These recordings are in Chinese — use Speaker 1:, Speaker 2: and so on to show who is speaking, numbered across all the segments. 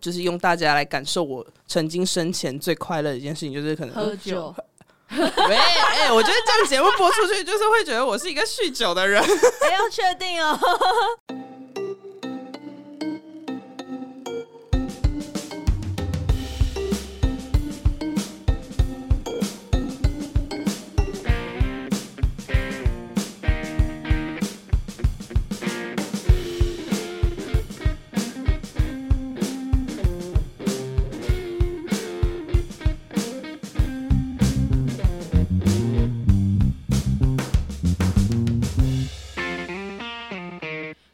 Speaker 1: 就是用大家来感受我曾经生前最快乐的一件事情，就是可能
Speaker 2: 喝酒。
Speaker 1: 喂，哎、我觉得这样节目播出去，就是会觉得我是一个酗酒的人。
Speaker 2: 哎，要确定哦。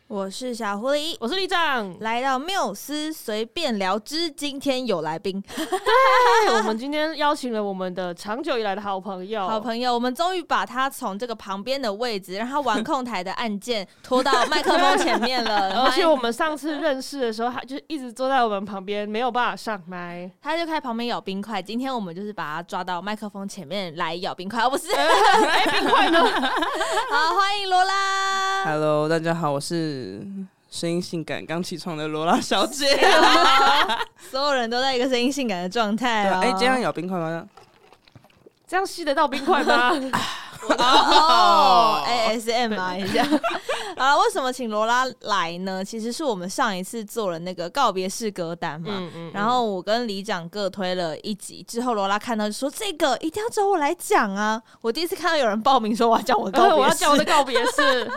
Speaker 2: 我是小狐狸，。
Speaker 3: 我是 李长
Speaker 2: 来到缪斯随便聊之，今天有来宾，
Speaker 3: 哎我们今天邀请了我们的长久以来的好朋友，
Speaker 2: 好朋友，我们终于把他从这个旁边的位置，让他玩控台的按键拖到麦克风前面了，
Speaker 3: 而且我们上次认识的时候，他就一直坐在我们旁边，没有办法上麦。
Speaker 2: 他就开旁边咬冰块。今天我们就是把他抓到麦克风前面来咬冰块，哦、不是，
Speaker 3: 哎，冰块 呢？
Speaker 2: 好，欢迎罗拉。
Speaker 1: Hello，大家好，我是声音性感刚起床的罗拉小 姐。
Speaker 2: 所有人都在一个声音性感的状态、
Speaker 1: 对
Speaker 2: 哦
Speaker 1: 啊，。哎、这样咬冰块吗？
Speaker 3: 这样吸得到冰块 吗？
Speaker 2: 哦，ASM 啊一下。 啊，为什么请罗拉来呢？其实是我们上一次做了那个告别式歌单嘛。
Speaker 3: 嗯嗯。
Speaker 2: 然后我跟李长各推了一集，之后罗拉看到就说：“这个一定要找我来讲啊！”我第一次看到有人报名说我要讲我的告别式，
Speaker 3: 然后 我要讲我的告别 式，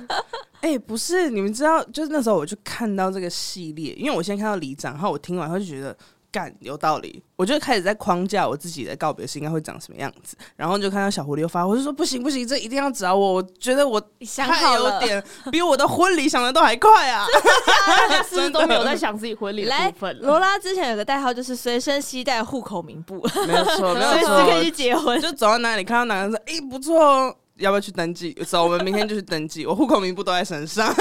Speaker 1: 哎、不是，你们知道，就是那时候我就看到这个系列，因为我先看到里长，然后我听完后就觉得。干有道理，我就开始在框架我自己的告别式应该会长什么样子，然后就看到小狐狸又发，我就说不行不行，这一定要找我，我觉得我
Speaker 2: 想
Speaker 1: 太
Speaker 2: 好
Speaker 1: 有
Speaker 2: 了。
Speaker 1: 点比我的婚礼想的都还快啊！
Speaker 3: 大家是不是都没有在想自己婚礼的
Speaker 2: 来
Speaker 3: 部，分？
Speaker 2: 罗拉之前有个代号就是随身携带户口名 簿，
Speaker 1: 没有错，没有
Speaker 2: 随时
Speaker 1: 错，
Speaker 2: 可以去结婚。
Speaker 1: 就走到哪里看到哪个人说：“哎、不错哦，要不要去登记？”走，我们明天就去登记。我户口名簿都在身 上，
Speaker 3: 哦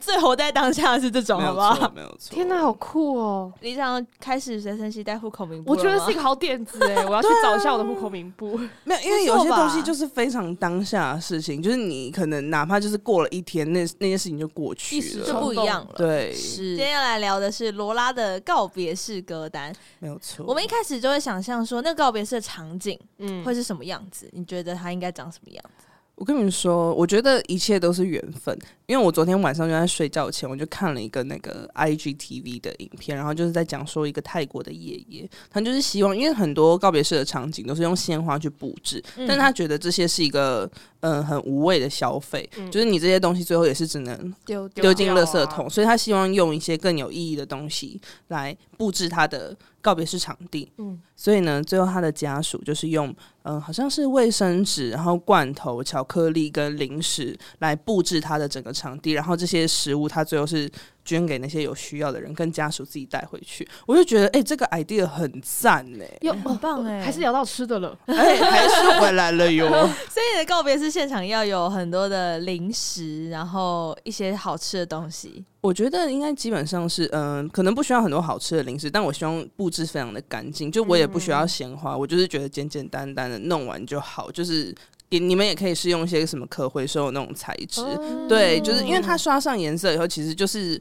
Speaker 2: 最活在当下的是这种，
Speaker 1: 没
Speaker 2: 好
Speaker 1: 有
Speaker 2: 不好
Speaker 1: 错，？没有错。
Speaker 3: 天哪，好酷哦！
Speaker 2: 李长开始随身携带户口名簿
Speaker 3: 我
Speaker 2: 了吗，
Speaker 3: 觉得是一个好点子哎，我要去找一下我的户口名簿。
Speaker 1: 没有，因为
Speaker 2: 不错
Speaker 1: 有些
Speaker 2: 吧
Speaker 1: 东西就是非常当下的事情，就是你可能哪怕就是过了一天，那那件事情就过去
Speaker 3: 一时
Speaker 2: 就
Speaker 3: 就
Speaker 1: 了。
Speaker 2: 不一样了。
Speaker 1: 对，
Speaker 2: 今天要来聊的是罗拉的告别式歌单。
Speaker 3: 嗯
Speaker 1: 没有错。
Speaker 2: 我们一开始就会想象说，那告别式的场景
Speaker 3: 嗯，
Speaker 2: 会是什么样子？你觉得它应该长什么样子？
Speaker 1: 我跟你们说，我觉得一切都是缘分。因为我昨天晚上就在睡觉前，我就看了一个那个 IGTV 的影片，然后就是在讲说一个泰国的爷爷，他就是希望，因为很多告别式的场景都是用鲜花去布置，
Speaker 2: 嗯
Speaker 1: 但他觉得这些是一个嗯、呃很无谓的消费，
Speaker 3: 嗯
Speaker 1: 就是你这些东西最后也是只能
Speaker 2: 丢
Speaker 1: 丢进垃
Speaker 3: 掉
Speaker 1: 圾
Speaker 3: 啊
Speaker 1: 桶，所以他希望用一些更有意义的东西来布置他的告别式场地。
Speaker 3: 嗯
Speaker 1: 所以呢，最后他的家属就是用嗯、呃好像是卫生纸，然后罐头、巧克力跟零食来布置他的整个场地，然后这些食物他最后是捐给那些有需要的人，跟家属自己带回去。我就觉得，哎、这个 idea 很赞呢、
Speaker 3: 有
Speaker 2: 很棒哎
Speaker 3: 哦 还是聊到吃的了。
Speaker 1: 哎、还是回来了哟。
Speaker 2: 所以你的告别式现场要有很多的零食，然后一些好吃的东西。
Speaker 1: 我觉得应该基本上是，嗯、可能不需要很多好吃的零食，但我希望布置非常的干净，就我也不需
Speaker 2: 嗯
Speaker 1: 要鲜花，我就是觉得简简单单的弄完就好，就是也你们也可以是用一些什么可回收的那种材质，
Speaker 3: 哦
Speaker 2: 哦
Speaker 3: 嗯
Speaker 1: 对，就是因为它刷上颜色以后，其实就是。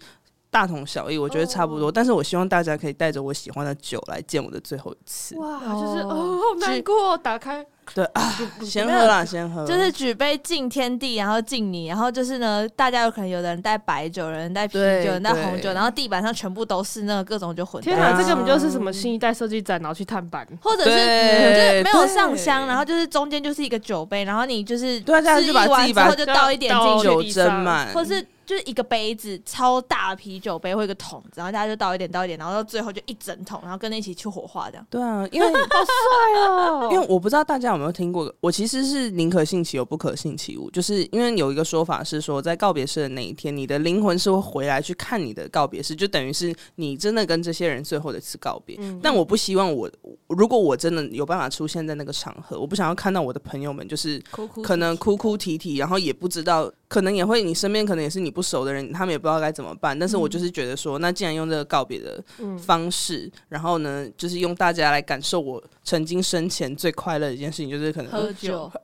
Speaker 1: 大同小异，我觉得差
Speaker 2: 哦
Speaker 1: 不多。但是我希望大家可以带着我喜欢的酒来见我的最后一次。
Speaker 3: 哇，就是
Speaker 2: 哦
Speaker 3: 哦，好难过，打开嗯
Speaker 1: 对啊，先喝啦，先喝。
Speaker 2: 就是举杯敬天地，然后敬你，然后就是呢，大家有可能有的人带白酒，有人带啤酒，
Speaker 1: 对
Speaker 2: 有人带红酒，
Speaker 1: 对
Speaker 2: 然后地板上全部都是那个各种就混
Speaker 3: 天
Speaker 2: 在
Speaker 3: 哪，
Speaker 2: 一
Speaker 3: 这
Speaker 2: 起，
Speaker 3: 根本就是什么新一代设计展，然后去探班。
Speaker 2: 或者是
Speaker 1: 对
Speaker 2: 就是没有上
Speaker 1: 对
Speaker 2: 香，然后就是中间就是一个酒杯，然后你就是
Speaker 1: 对啊大家
Speaker 2: 示
Speaker 1: 就
Speaker 2: 意
Speaker 1: 把自
Speaker 2: 完
Speaker 1: 己
Speaker 2: 之
Speaker 1: 把
Speaker 2: 后就倒一点进
Speaker 3: 倒
Speaker 2: 去，
Speaker 1: 酒
Speaker 3: 地
Speaker 1: 斟
Speaker 3: 上
Speaker 1: 满，
Speaker 2: 或是就是一个杯子超大的啤酒杯或一个桶子，然后大家就倒一点倒一点，然后到最后就一整桶，然后跟着一起去火化这样。
Speaker 1: 对啊，因为
Speaker 3: 哎 呦，
Speaker 1: 因为我不知道大家有没有听过，我其实是宁可信其有，不可信其无。就是因为有一个说法是说，在告别式的那一天，你的灵魂是会回来去看你的告别式，就等于是你真的跟这些人最后的一次告别。但我不希望我，如果我真的有办法出现在那个场合，我不想要看到我的朋友们就是
Speaker 2: 哭哭
Speaker 1: 可能哭哭啼啼，然后也不知道，可能也会你身边可能也是你不熟的人，他们也不知道该怎么办。但是我就是觉得说，那既然用这个告别的
Speaker 3: 嗯
Speaker 1: 方式，然后呢，就是用大家来感受我曾经生前最快乐的一件事情，就是可能
Speaker 2: 喝酒。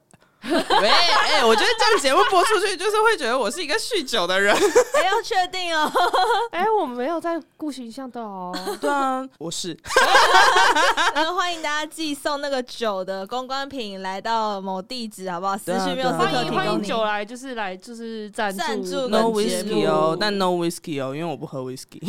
Speaker 1: 喂，哎、我觉得这样节目播出去，就是会觉得我是一个酗酒的人。
Speaker 2: 不要确定哦。
Speaker 3: 哎、我没有在顾形象 的哦。
Speaker 1: 对啊，我是
Speaker 2: 那欢迎大家寄送那个酒的公关品来到某地址，好不好？私
Speaker 1: 对啊
Speaker 2: 讯没有
Speaker 1: 对啊
Speaker 2: 时
Speaker 3: 欢
Speaker 2: 刻
Speaker 3: 迎
Speaker 2: 提
Speaker 3: 欢
Speaker 2: 供
Speaker 3: 迎
Speaker 2: 你。
Speaker 3: 酒来，就是来就是赞助
Speaker 2: 赞助
Speaker 3: 本
Speaker 1: no
Speaker 2: 节目
Speaker 1: whiskey 哦，但 no whiskey 哦，因为我不喝 whiskey。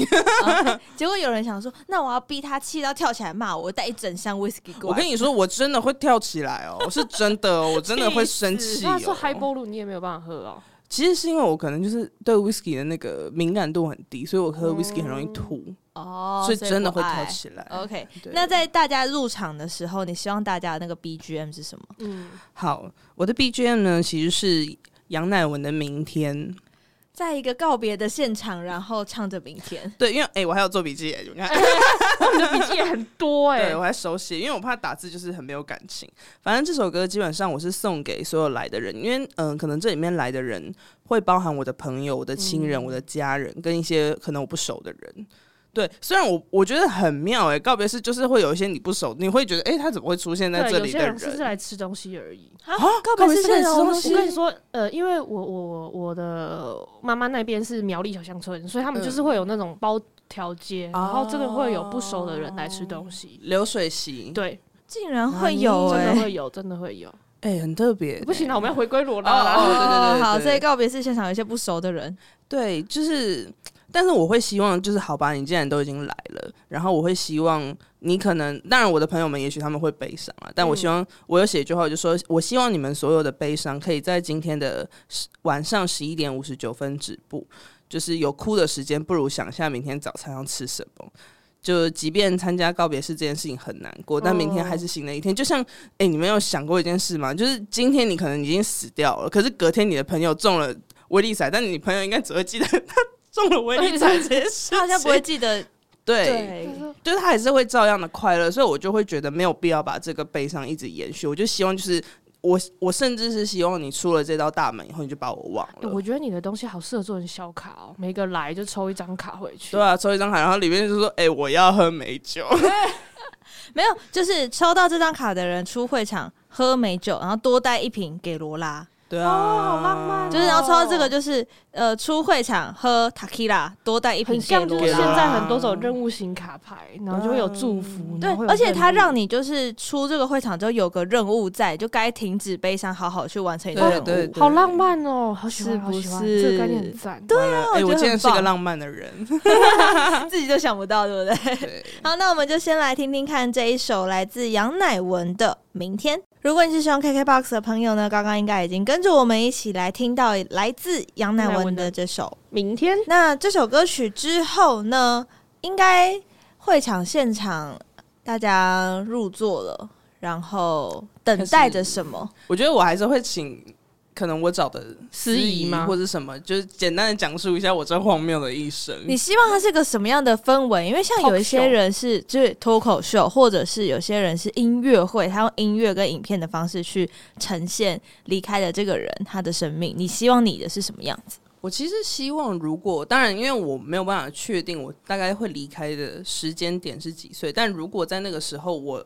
Speaker 2: 啊结果有人想说，那我要逼他气到跳起来骂我，我带一整箱 whisky 过
Speaker 1: 我跟
Speaker 2: 来。
Speaker 1: 你说，我真的会跳起来哦，我是真的哦，我真的会生气、
Speaker 3: 他说 high
Speaker 1: 哦。
Speaker 3: ball 你也没有办法喝哦。
Speaker 1: 其实是因为我可能就是对 whiskey 的那个敏感度很低，所以我喝
Speaker 3: 嗯
Speaker 1: whiskey 很容易吐，
Speaker 2: 哦，
Speaker 1: 所以真的会
Speaker 2: 不爱
Speaker 1: 跳起来。
Speaker 2: OK，
Speaker 1: 对
Speaker 2: 那在大家入场的时候，你希望大家的那个 BGM 是什么？
Speaker 3: 嗯，
Speaker 1: 好，我的 BGM 呢其实是杨乃文的《明天》。
Speaker 2: 在一个告别的现场，然后唱着明天。
Speaker 1: 对，因为哎、我还有做笔记耶，你看。
Speaker 3: 你的笔记也很多哎、
Speaker 1: 对，我还手写，因为我怕打字就是很没有感情。反正这首歌基本上我是送给所有来的人，因为嗯、呃可能这里面来的人会包含我的朋友、我的亲人、
Speaker 3: 嗯
Speaker 1: 我的家人，跟一些可能我不熟的人。对，虽然我我觉得很妙哎、告别式就是会有一些你不熟，你会觉得哎、他怎么会出现在
Speaker 3: 对，
Speaker 1: 这
Speaker 3: 有
Speaker 1: 里
Speaker 3: 些
Speaker 1: 的
Speaker 3: 人是是来吃东西而已。
Speaker 2: 啊，告别
Speaker 1: 告别
Speaker 2: 是现
Speaker 1: 式
Speaker 2: 场
Speaker 1: 的
Speaker 2: 东
Speaker 1: 东
Speaker 2: 西
Speaker 1: 西
Speaker 3: 我跟你说，呃，因为我我我的妈妈那边是苗栗小乡村，所
Speaker 1: 嗯
Speaker 3: 以他们就是会有那种包条街，然后真的会有不熟的人来吃东西。
Speaker 1: 流水席，
Speaker 3: 对，
Speaker 2: 竟然会有
Speaker 3: 真
Speaker 2: 哎、
Speaker 1: 欸
Speaker 3: 的会有，真的会有。
Speaker 1: 哎、很特别、
Speaker 3: 不行了，我们要回归罗
Speaker 1: 哦
Speaker 3: 拉
Speaker 1: 哦
Speaker 3: 啦。
Speaker 1: 对对对
Speaker 2: 好，
Speaker 1: 对
Speaker 2: 所以告别式现场有一些不熟的人，
Speaker 1: 对，就是，但是我会希望，就是好吧，你既然都已经来了，然后我会希望你可能，当然我的朋友们也许他们会悲伤啊，但我希望我有写一句话，我就说我希望你们所有的悲伤可以在今天的10晚上十一点五十九分止步，就是有哭的时间，不如想一下明天早餐要吃什么。就即便参加告别式这件事情很难过，但明天还是新的一天。就像，哎、你们有想过一件事吗？就是今天你可能已经死掉了，可是隔天你的朋友中了威力彩，但你朋友应该只会记得 他中了威力彩这件事情，
Speaker 2: 他好像不会记得。
Speaker 1: 对，
Speaker 3: 哎
Speaker 2: 对，
Speaker 1: 就是他还是会照样的快乐，所以我就会觉得没有必要把这个悲伤一直延续。我就希望就是我，我甚至是希望你出了这道大门以后，你就把我忘
Speaker 3: 欸
Speaker 1: 了。
Speaker 3: 我觉得你的东西好适合做成小卡哦，每个来就抽一张卡回去。
Speaker 1: 对啊，抽一张卡，然后里面就说：“哎、我要喝美酒。
Speaker 2: 没有，就是抽到这张卡的人出会场喝美酒，然后多带一瓶给罗拉。”
Speaker 1: 对
Speaker 3: 哦，
Speaker 1: 啊，
Speaker 3: 好浪漫哦、
Speaker 2: 就是然后抽到这个就是呃出会场喝 tequila，多带一瓶
Speaker 3: 很
Speaker 2: 给
Speaker 3: 像，就
Speaker 2: 罗
Speaker 3: 是
Speaker 1: 给
Speaker 3: 现
Speaker 1: 罗拉
Speaker 2: 拉。
Speaker 3: 在很多种任务型卡牌，然后就会有祝福，
Speaker 2: 对
Speaker 3: 然后会，有
Speaker 2: 而且它
Speaker 3: 任务
Speaker 2: 让你就是出这个会场之后有个任务在，就该停止悲伤，好好去完成你的
Speaker 1: 对
Speaker 2: 任务。
Speaker 1: 对对
Speaker 3: 好浪漫哦，好喜
Speaker 2: 是
Speaker 3: 欢，好
Speaker 2: 不
Speaker 3: 喜欢，
Speaker 2: 是
Speaker 3: 这个概念很赞。
Speaker 1: 对啊，哎、
Speaker 2: 我觉
Speaker 1: 我
Speaker 2: 得
Speaker 1: 竟
Speaker 2: 很
Speaker 1: 然是个
Speaker 2: 棒
Speaker 1: 浪漫的人。
Speaker 2: 自己都想不到，对不对？
Speaker 1: 对，
Speaker 2: 好，那我们就先来听听看这一首来自杨乃文的《明天》。如果你是使用 KKBOX 的朋友呢，刚刚应该已经跟着我们一起来听到来自杨乃文的这首。
Speaker 3: 明天
Speaker 2: 那这首歌曲之后呢，应该会场现场大家入座了，然后等待着什么？
Speaker 1: 我觉得我还是会请，可能我找的
Speaker 3: 司仪吗
Speaker 1: 或者什么，就是简单的讲述一下我这荒谬的一生。
Speaker 2: 你希望它是个什么样的氛围？因为像有一些人是就是脱口秀，或者是有些人是音乐会，他用音乐跟影片的方式去呈现离开的这个人他的生命。你希望你的是什么样子？
Speaker 1: 我其实希望，如果当然，因为我没有办法确定我大概会离开的时间点是几岁，但如果在那个时候我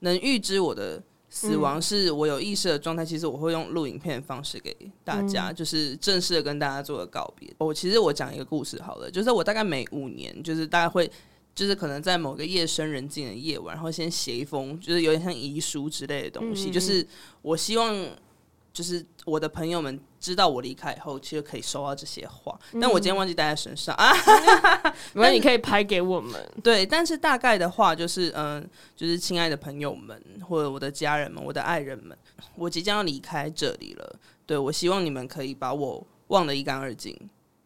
Speaker 1: 能预知我的死
Speaker 3: 嗯
Speaker 1: 亡是我有意识的状态，其实我会用录影片的方式给大
Speaker 3: 嗯
Speaker 1: 家，就是正式的跟大家做个告别。我其实我讲一个故事好了，就是我大概每五年，就是大概会。就是可能在某个夜深人静的夜晚，然后先写一封，就是有点像遗书之类的东西。
Speaker 3: 嗯嗯嗯
Speaker 1: 就是我希望就是我的朋友们知道我离开以后，其实可以收到这些话，但我今天忘记带在身上啊。
Speaker 3: 没关系，你可以拍给我们。
Speaker 1: 对，但是大概的话就是，嗯、就是亲爱的朋友们，或者我的家人们，我的爱人们，我即将要离开这里了。对我希望你们可以把我忘得一干二净，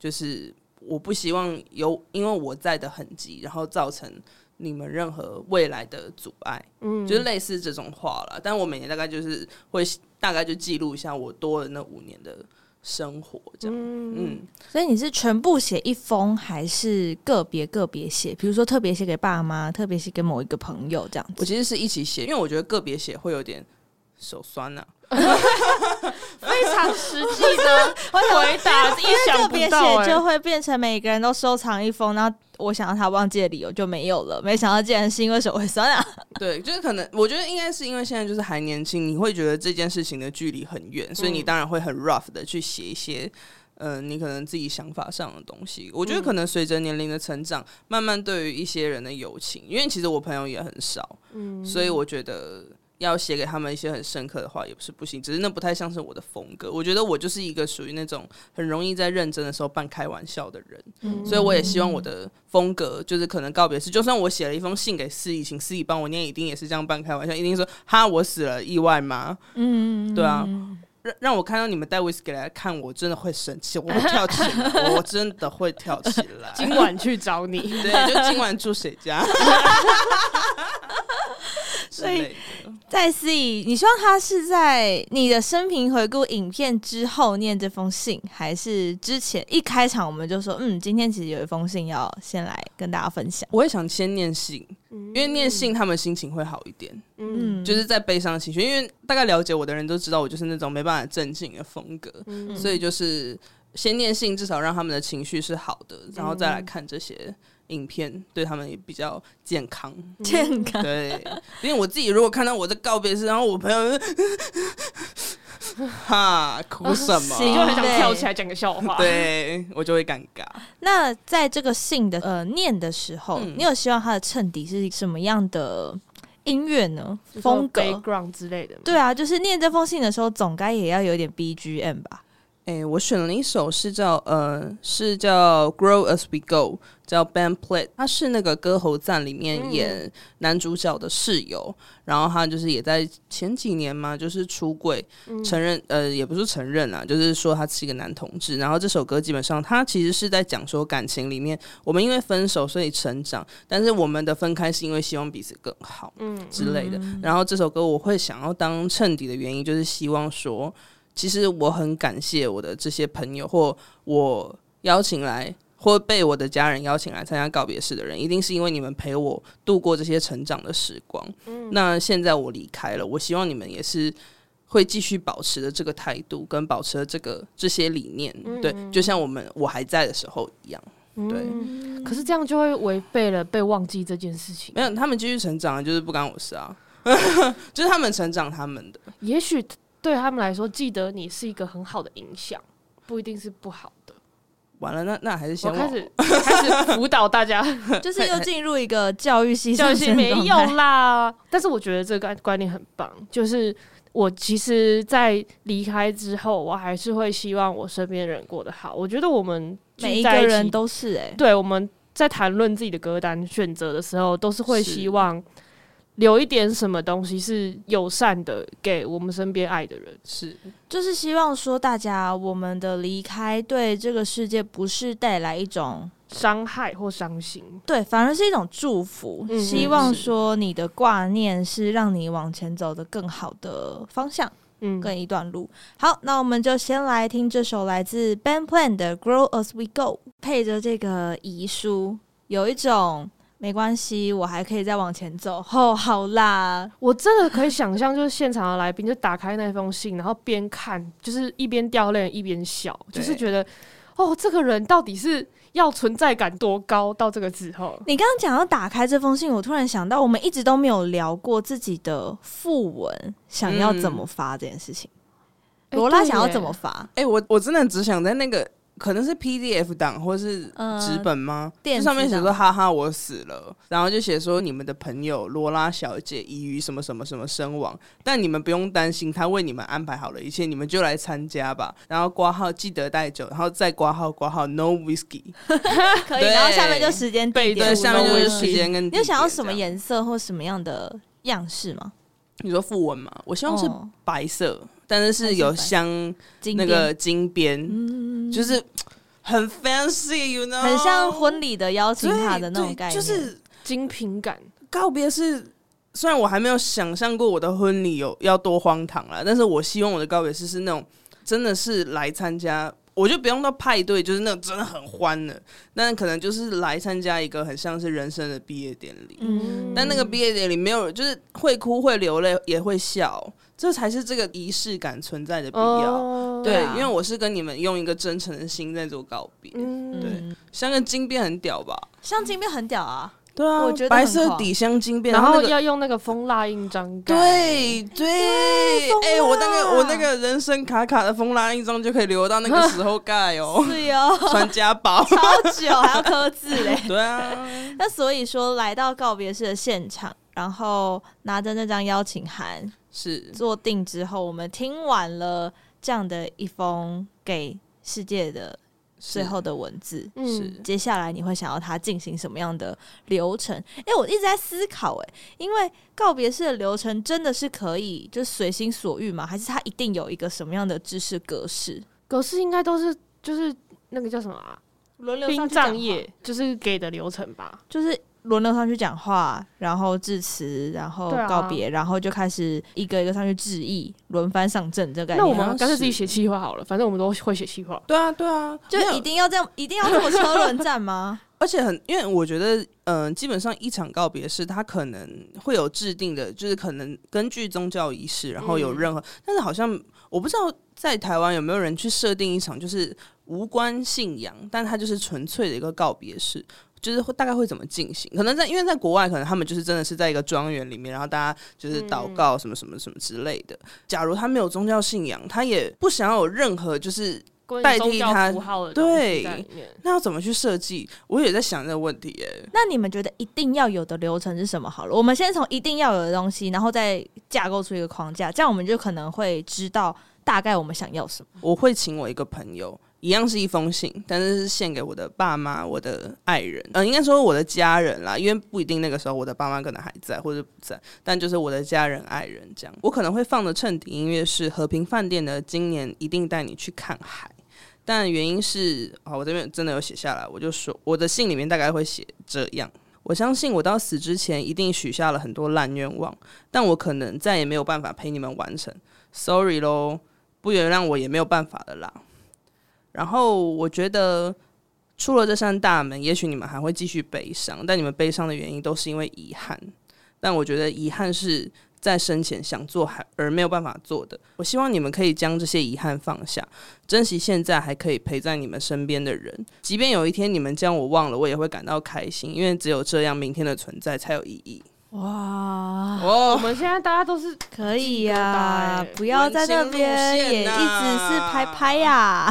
Speaker 1: 就是我不希望有因为我在的痕迹，然后造成你们任何未来的阻碍。
Speaker 3: 嗯，
Speaker 1: 就是类似这种话啦，但我每年大概就是会大概就记录一下我多了那五年的生活，这样。
Speaker 3: 嗯
Speaker 1: 嗯，
Speaker 2: 所以你是全部写一封，还是个别个别写？比如说特别写给爸妈，特别写给某一个朋友这样
Speaker 1: 我
Speaker 2: 子。
Speaker 1: 其实是一起写，因为我觉得个别写会有点手酸呐、啊
Speaker 3: 非常实际 的回答，意想
Speaker 2: 特
Speaker 3: 不
Speaker 2: 别
Speaker 3: 到、
Speaker 2: 写
Speaker 3: 欸。
Speaker 2: 就会变成每个人都收藏一封，然后我想要他忘记的理由就没有了。没想到竟然是因为手绘酸啊！
Speaker 1: 对，就是可能，我觉得应该是因为现在就是还年轻，你会觉得这件事情的距离很远，所以你当然会很 rough 的去写一些，嗯、你可能自己想法上的东西。我觉得可能随着年龄的成长，慢慢对于一些人的友情，因为其实我朋友也很少，
Speaker 3: 嗯
Speaker 1: 所以我觉得要写给他们一些很深刻的话也不是不行，只是那不太像是我的风格。我觉得我就是一个属于那种很容易在认真的时候半开玩笑的人，
Speaker 3: 嗯
Speaker 1: 所以我也希望我的风格就是可能告别式，就算我写了一封信给司仪，请司仪帮我念，一定也是这样半开玩笑，一定说哈我死了意外吗？
Speaker 2: 嗯，
Speaker 1: 对啊，让让我看到你们带 whisky 来看，我真的会生气，我会跳起来，我真的会跳起来。
Speaker 3: 今晚去找你。
Speaker 1: 对，就今晚住谁 家？所
Speaker 2: 以在 C，你希望他是在你的生平回顾影片之后念这封信，还是之前一开场我们就说，嗯，今天其实有一封信要先来跟大家分享。
Speaker 1: 我会想先念信，
Speaker 3: 因
Speaker 1: 因为念，信他们心情会好一点，
Speaker 3: 嗯
Speaker 2: 嗯，
Speaker 1: 就是在悲伤情绪。因为大概了解我的人都知道，我就是那种没办法镇静的风格，
Speaker 3: 嗯
Speaker 1: 所以就是先念信，至少让他们的情绪是好的，然后再
Speaker 3: 嗯
Speaker 1: 来看这些影片，对他们也比较健 康。
Speaker 2: 健康。
Speaker 1: 对，因为我自己如果看到我在告别式，然后我朋友 哈哭什
Speaker 3: 你
Speaker 2: 行
Speaker 3: 就
Speaker 1: 么，
Speaker 3: 很想跳起来讲个笑话。，
Speaker 1: 对我就会尴尬。
Speaker 2: 那在这个信的呃念的时候，
Speaker 1: 嗯
Speaker 2: 你有希望它的衬底是什么样的音乐呢？风
Speaker 3: 风格、
Speaker 2: 格？
Speaker 3: background 之类的。，
Speaker 2: 对啊，就是念这封信的时候，总该也要有点 BGM 吧？
Speaker 1: 哎、我选了一首是叫呃，是叫《Grow as We Go》，叫 Ben Platt，他是那个《歌喉赞》里面演男主角的室友，然后他就是也在前几年嘛，就是出柜，承认呃，也不是承认啊，就是说他是一个男同志。然后这首歌基本上他其实是在讲说感情里面，我们因为分手所以成长，但是我们的分开是因为希望彼此更好。
Speaker 3: 嗯
Speaker 1: 之类的。然后这首歌我会想要当衬底的原因，就是希望说，其实我很感谢我的这些朋友，或我邀请来，或被我的家人邀请来参加告别式的人，一定是因为你们陪我度过这些成长的时光。
Speaker 3: 嗯
Speaker 1: 那现在我离开了，我希望你们也是。会继续保持着这个态度，跟保持着这个这些理念，
Speaker 3: 嗯
Speaker 1: 对，就像我们我还在的时候一样，对，
Speaker 3: 可是这样就会违背了被忘记这件事情
Speaker 1: 没。有他们继续成长，就是不干我事啊， 就是他们成长他们的，
Speaker 3: 也许对他们来说，记得你是一个很好的影响，不一定是不好的。
Speaker 1: 完了，那那还是
Speaker 3: 我
Speaker 1: 先
Speaker 3: 开始开始辅导 大家，
Speaker 2: 就是又进入一个教育系
Speaker 3: 教育
Speaker 2: 上
Speaker 3: 系
Speaker 2: 升
Speaker 3: 没
Speaker 2: 状
Speaker 3: 有
Speaker 2: 态
Speaker 3: 啦。但是我觉得这个观念很棒，就是我其实，在离开之后，我还是会希望我身边人过得好。我觉得我们
Speaker 2: 每
Speaker 3: 聚
Speaker 2: 一
Speaker 3: 在
Speaker 2: 个
Speaker 3: 起
Speaker 2: 人都是哎、
Speaker 3: 对我们在谈论自己的歌单选择的时候，都是会
Speaker 1: 是
Speaker 3: 希望留一点什么东西是友善的，给我们身边爱的人。
Speaker 1: 是
Speaker 2: 就是希望说大家我们的离开对这个世界不是带来一种
Speaker 3: 伤害或伤心，
Speaker 2: 对，反而是一种祝福，
Speaker 3: 嗯
Speaker 2: 希望说你的挂念是让你往前走的更好的方向，
Speaker 3: 嗯，
Speaker 2: 更一段路。好，那我们就先来听这首来自 Ben Plan 的《Grow as We Go》，配着这个遗书，有一种没关系，我还可以再往前走。 哦，好啦，
Speaker 3: 我真的可以想象，就是现场的来宾就打开那封信，然后边看，就是一边掉泪一边笑，
Speaker 1: 对
Speaker 3: 就是觉得，哦，这个人到底是要存在感多高到这个时候？
Speaker 2: 你刚刚讲到打开这封信，我突然想到，我们一直都没有聊过自己的副文想要怎么发这件事情。
Speaker 3: 哎
Speaker 2: 罗拉
Speaker 3: 对
Speaker 2: 想要
Speaker 3: 耶
Speaker 2: 怎么发？
Speaker 1: 哎、我我真的只想在那个可能是 PDF 档或是
Speaker 2: 嗯
Speaker 1: 纸本吗？
Speaker 2: 电
Speaker 1: 就
Speaker 2: 子
Speaker 1: 上面写说
Speaker 2: 档
Speaker 1: 哈哈我死了，然后就写说你们的朋友罗拉小姐已于什么什么什么身亡，但你们不用担心，她为你们安排好了一切，你们就来参加吧。然后挂号记得带酒，然后再挂号挂号 No whiskey，
Speaker 2: 可以，
Speaker 1: 对
Speaker 2: 然后下面就时间地
Speaker 3: 备
Speaker 2: 点，
Speaker 1: 对，
Speaker 3: 注
Speaker 1: 下面就是
Speaker 3: ，no
Speaker 1: 时间跟
Speaker 2: 你有想要什么
Speaker 1: 地点
Speaker 2: 颜色或什么样的样式吗？
Speaker 1: 这样？你说复文吗？我希望是
Speaker 2: 哦
Speaker 1: 白色，但是
Speaker 2: 白色
Speaker 1: 是有
Speaker 2: 白色
Speaker 1: 镶
Speaker 2: 金
Speaker 1: 那
Speaker 2: 边嗯
Speaker 1: 个金边，就是很 fancy，you know，
Speaker 2: 很像婚礼的邀请卡的那种
Speaker 1: 对
Speaker 2: 概念，
Speaker 1: 就是
Speaker 3: 精品感，
Speaker 1: 告别式。虽然我还没有想象过我的婚礼有要多荒唐啦，但是我希望我的告别式是那种真的是来参加我就不用到派对，就是那种真的很欢了。但可能就是来参加一个很像是人生的毕业典礼。
Speaker 2: 嗯
Speaker 1: 但那个毕业典礼没有，就是会哭会流泪也会笑，这才是这个仪式感存在的必要。
Speaker 3: 哦
Speaker 1: 对，
Speaker 2: 对啊
Speaker 1: 因为我是跟你们用一个真诚的心在做告别。
Speaker 3: 嗯
Speaker 1: 对像个金边很屌吧？
Speaker 2: 像金边很屌啊，
Speaker 1: 对啊，
Speaker 2: 我觉得
Speaker 1: 白
Speaker 2: 很
Speaker 1: 色
Speaker 2: 狂
Speaker 1: 底镶金边，
Speaker 3: 然
Speaker 1: 后
Speaker 3: 后
Speaker 1: 那个
Speaker 3: 要用那个蜂蜡印章盖，
Speaker 1: 对对，
Speaker 2: 疯
Speaker 1: 哎、我那
Speaker 2: 啦
Speaker 1: 个我那个人生卡卡的风拉印章就可以留到那个时候盖 哦，
Speaker 2: 是哦，
Speaker 1: 传家宝。
Speaker 2: 超久还要刻字 嘞。
Speaker 1: 对啊，
Speaker 2: 那所以说，来到告别式的现场，然后拿着那张邀请函
Speaker 1: 是
Speaker 2: 做定之后，我们听完了这样的一封给世界的
Speaker 1: 是
Speaker 2: 最后的文字。
Speaker 3: 嗯
Speaker 1: 是
Speaker 2: 接下来你会想要它进行什么样的流程？哎、我一直在思考、诶，因为告别式的流程真的是可以就随心所欲吗？还是它一定有一个什么样的知识格式？
Speaker 3: 格式应该都是就是那个叫什么啊？
Speaker 2: 轮流
Speaker 3: 殡
Speaker 2: 上去
Speaker 3: 葬
Speaker 2: 讲
Speaker 3: 业就是给的流程吧。
Speaker 2: 就是轮流上去讲话，然后致辞，然后
Speaker 3: 对啊
Speaker 2: 告别，然后就开始一个一个上去致意，轮番上阵这个概念。
Speaker 3: 那我
Speaker 1: 好
Speaker 3: 们
Speaker 1: 像
Speaker 3: 干脆自己
Speaker 1: 是
Speaker 3: 写企划好了，反正我们都会写企划。
Speaker 1: 对啊，对啊，
Speaker 2: 就
Speaker 1: 没有
Speaker 2: 一定要这 样，一定要这么车轮战吗？
Speaker 1: 而且很，因为我觉得，嗯、基本上一场告别式，它可能会有制定的，就是可能根据宗教仪式，然后有
Speaker 3: 嗯
Speaker 1: 任何，但是好像我不知道在台湾有没有人去设定一场就是无关信仰，但它就是纯粹的一个告别式。就是会大概会怎么进行？可能在因为在国外，可能他们就是真的是在一个庄园里面，然后大家就是祷告什么什么什么之类的。假如他没有宗教信仰，他也不想要有任何就是
Speaker 3: 关于
Speaker 1: 代
Speaker 3: 宗
Speaker 1: 替
Speaker 3: 教
Speaker 1: 它
Speaker 3: 符号的
Speaker 1: 对
Speaker 3: 东西在里面。
Speaker 1: 那要怎么去设计？我也在想这个问题耶、
Speaker 2: 那你们觉得一定要有的流程是什么？好了，我们先从一定要有的东西，然后再架构出一个框架，这样我们就可能会知道大概我们想要什么。
Speaker 1: 我会请我一个朋友，一样是一封信，但是是献给我的爸妈、我的爱人，嗯、应该说我的家人啦，因为不一定那个时候我的爸妈可能还在或者不在，但就是我的家人、爱人这样。我可能会放的衬底音乐是和平饭店的《今年一定带你去看海》。但原因是啊，我这边真的有写下来，我就说我的信里面大概会写这样：我相信我到死之前一定许下了很多烂愿望，但我可能再也没有办法陪你们完成，sorry 咯。不原谅我也没有办法的啦。然后我觉得出了这扇大门，也许你们还会继续悲伤，但你们悲伤的原因都是因为遗憾。但我觉得遗憾是在生前想做还而没有办法做的。我希望你们可以将这些遗憾放下，珍惜现在还可以陪在你们身边的人。即便有一天你们将我忘了，我也会感到开心，因为只有这样，明天的存在才有意义。
Speaker 2: 哇，
Speaker 3: 我
Speaker 1: 哦，
Speaker 3: 们现在大家 都是
Speaker 2: 可以呀、
Speaker 3: 大欸
Speaker 2: 不要在那
Speaker 1: 文
Speaker 2: 边
Speaker 1: 青路线
Speaker 2: 也一直是
Speaker 1: 呐
Speaker 2: 拍拍呀、
Speaker 3: 啊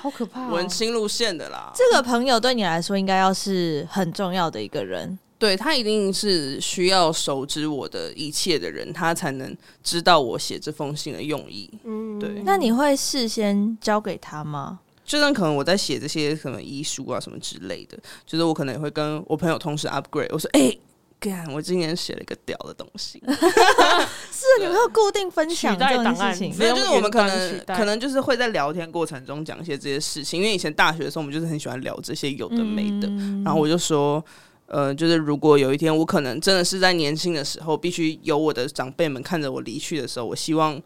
Speaker 3: 好可怕哦，
Speaker 1: 文青路线的啦，
Speaker 2: 这个朋友对你来说应该要是很重要的一个人，
Speaker 1: 对他一定是需要熟知我的一切的人，他才能知道我写这封信的用意。
Speaker 3: 嗯
Speaker 1: 对
Speaker 2: 那你会事先交给他吗？
Speaker 1: 就算可能我在写这些什么遗书啊什么之类的，就是我可能也会跟我朋友同时 upgrade。我说，哎、干，我今年写了一个屌的东西，
Speaker 2: 是你们会固定分享
Speaker 3: 取代
Speaker 2: 这种
Speaker 3: 档
Speaker 2: 事
Speaker 3: 案
Speaker 2: 情
Speaker 3: 你
Speaker 1: 没有，
Speaker 3: 用
Speaker 1: 就是我们可
Speaker 3: 原版
Speaker 1: 能
Speaker 3: 取代
Speaker 1: 可能就是会在聊天过程中讲一些这些事情，因为以前大学的时候，我们就是很喜欢聊这些有的没的。然后我就说，呃，就是如果有一天我可能真的是在年轻的时候，必须有我的长辈们看着我离去的时候，我希望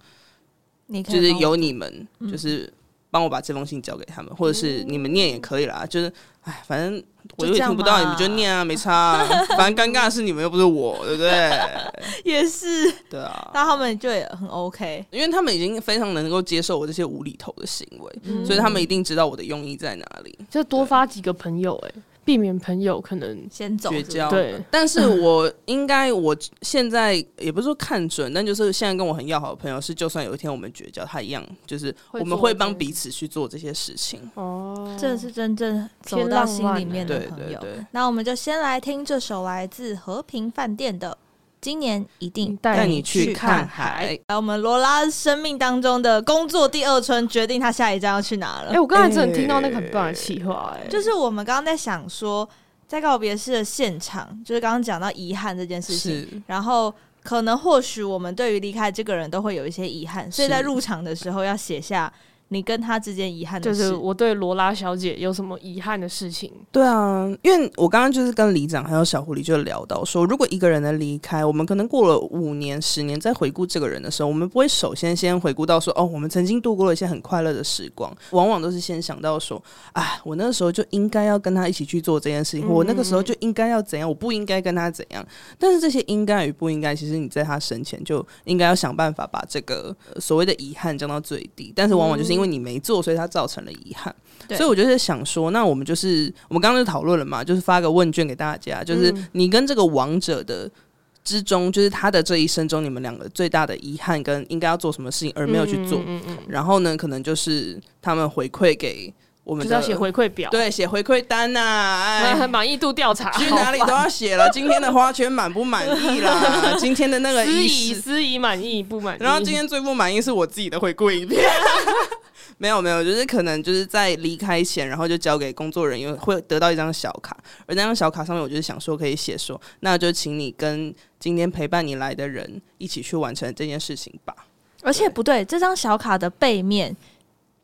Speaker 2: 你可以
Speaker 1: 就是
Speaker 2: 帮我
Speaker 1: 由你们，就是帮我把这封信交给他们，或者是你们念也可以啦。就是，哎，反正我
Speaker 2: 就
Speaker 1: 又
Speaker 2: 这样
Speaker 1: 听不到，
Speaker 2: 嘛
Speaker 1: 你们就念啊，没差、啊。反正尴尬的是你们又不是我，对不对？
Speaker 2: 也是，
Speaker 1: 对啊，
Speaker 2: 那他们就也很 OK，
Speaker 1: 因为他们已经非常能够接受我这些无厘头的行为，
Speaker 3: 嗯
Speaker 1: 所以他们一定知道我的用意在哪里。
Speaker 3: 就多发几个朋友，哎，避免朋友可能
Speaker 2: 先走
Speaker 1: 绝
Speaker 2: 是不是
Speaker 1: 交。
Speaker 3: 对
Speaker 1: 但是我应该，我现在也不是说看准，但就是现在跟我很要好的朋友是，就算有一天我们绝交，他一样，就是
Speaker 3: 会
Speaker 1: 我们
Speaker 3: 做
Speaker 1: 会
Speaker 3: 这
Speaker 1: 帮
Speaker 3: 件
Speaker 1: 彼此去做这些事情。
Speaker 3: 哦，
Speaker 2: 这是真正走到心里面的
Speaker 1: 对
Speaker 2: 朋
Speaker 1: 对
Speaker 2: 友。
Speaker 1: 对。
Speaker 2: 那我们就先来听这首来自和平饭店的《今年一定》。
Speaker 1: 带
Speaker 3: 带
Speaker 1: 你去
Speaker 2: 去
Speaker 1: 看
Speaker 2: 看
Speaker 1: 海。
Speaker 2: 来，我们罗拉生命当中的工作第二春，决定他下一站要去哪了。
Speaker 3: 哎，我刚才真的听到那个很棒的企划，哎，
Speaker 2: 就是我们刚刚在想说，在告别式的现场，就是刚刚讲到遗憾这件事情，
Speaker 1: 是，
Speaker 2: 然后可能或许我们对于离开这个人都会有一些遗憾，所以
Speaker 1: 是
Speaker 2: 在入场的时候要写下你跟他之间遗憾
Speaker 3: 就
Speaker 2: 的事。
Speaker 3: 是我对罗拉小姐有什么遗憾的事情？
Speaker 1: 对啊，因为我刚刚就是跟里长还有小狐狸就聊到说，如果一个人的离开，我们可能过了五年、十年再回顾这个人的时候，我们不会首先先回顾到说，哦，我们曾经度过了一些很快乐的时光，往往都是先想到说，哎，我那个时候就应该要跟他一起去做这件事情，我那个时候就应该要怎样，我不应该跟他怎样。但是这些应该与不应该，其实你在他生前就应该要想办法把这个、呃所谓的遗憾降到最低，但是往往就是因为你没做，所以它造成了遗憾。
Speaker 2: 对
Speaker 1: 所以我就是想说，那我们就是我们刚刚就讨论了嘛，就是发个问卷给大
Speaker 3: 嗯
Speaker 1: 家，就是你跟这个王者的之中，就是他的这一生中，你们两个最大的遗憾跟应该要做什么事情而没有去做，
Speaker 3: 嗯嗯嗯
Speaker 1: 然后呢，可能就是他们回馈给我
Speaker 3: 嗯，
Speaker 1: 们
Speaker 3: 就
Speaker 1: 的，
Speaker 3: 是要写回馈表，
Speaker 1: 对，写回馈单呐、
Speaker 3: 那
Speaker 1: 哎。
Speaker 3: 满意度调查，
Speaker 1: 去哪里都要写了，今天的花圈满不满意啦？ 今天的那个
Speaker 3: 司
Speaker 1: 仪
Speaker 3: 仪
Speaker 1: 式，
Speaker 3: 司仪满意不满意？
Speaker 1: 然后今天最不满意是我自己的回顾影片。没有没有，就是可能就是在离开前，然后就交给工作人员，会得到一张小卡，而那张小卡上面，我就是想说可以写说，那就请你跟今天陪伴你来的人一起去完成这件事情吧。
Speaker 2: 而且不对，这张小卡的背面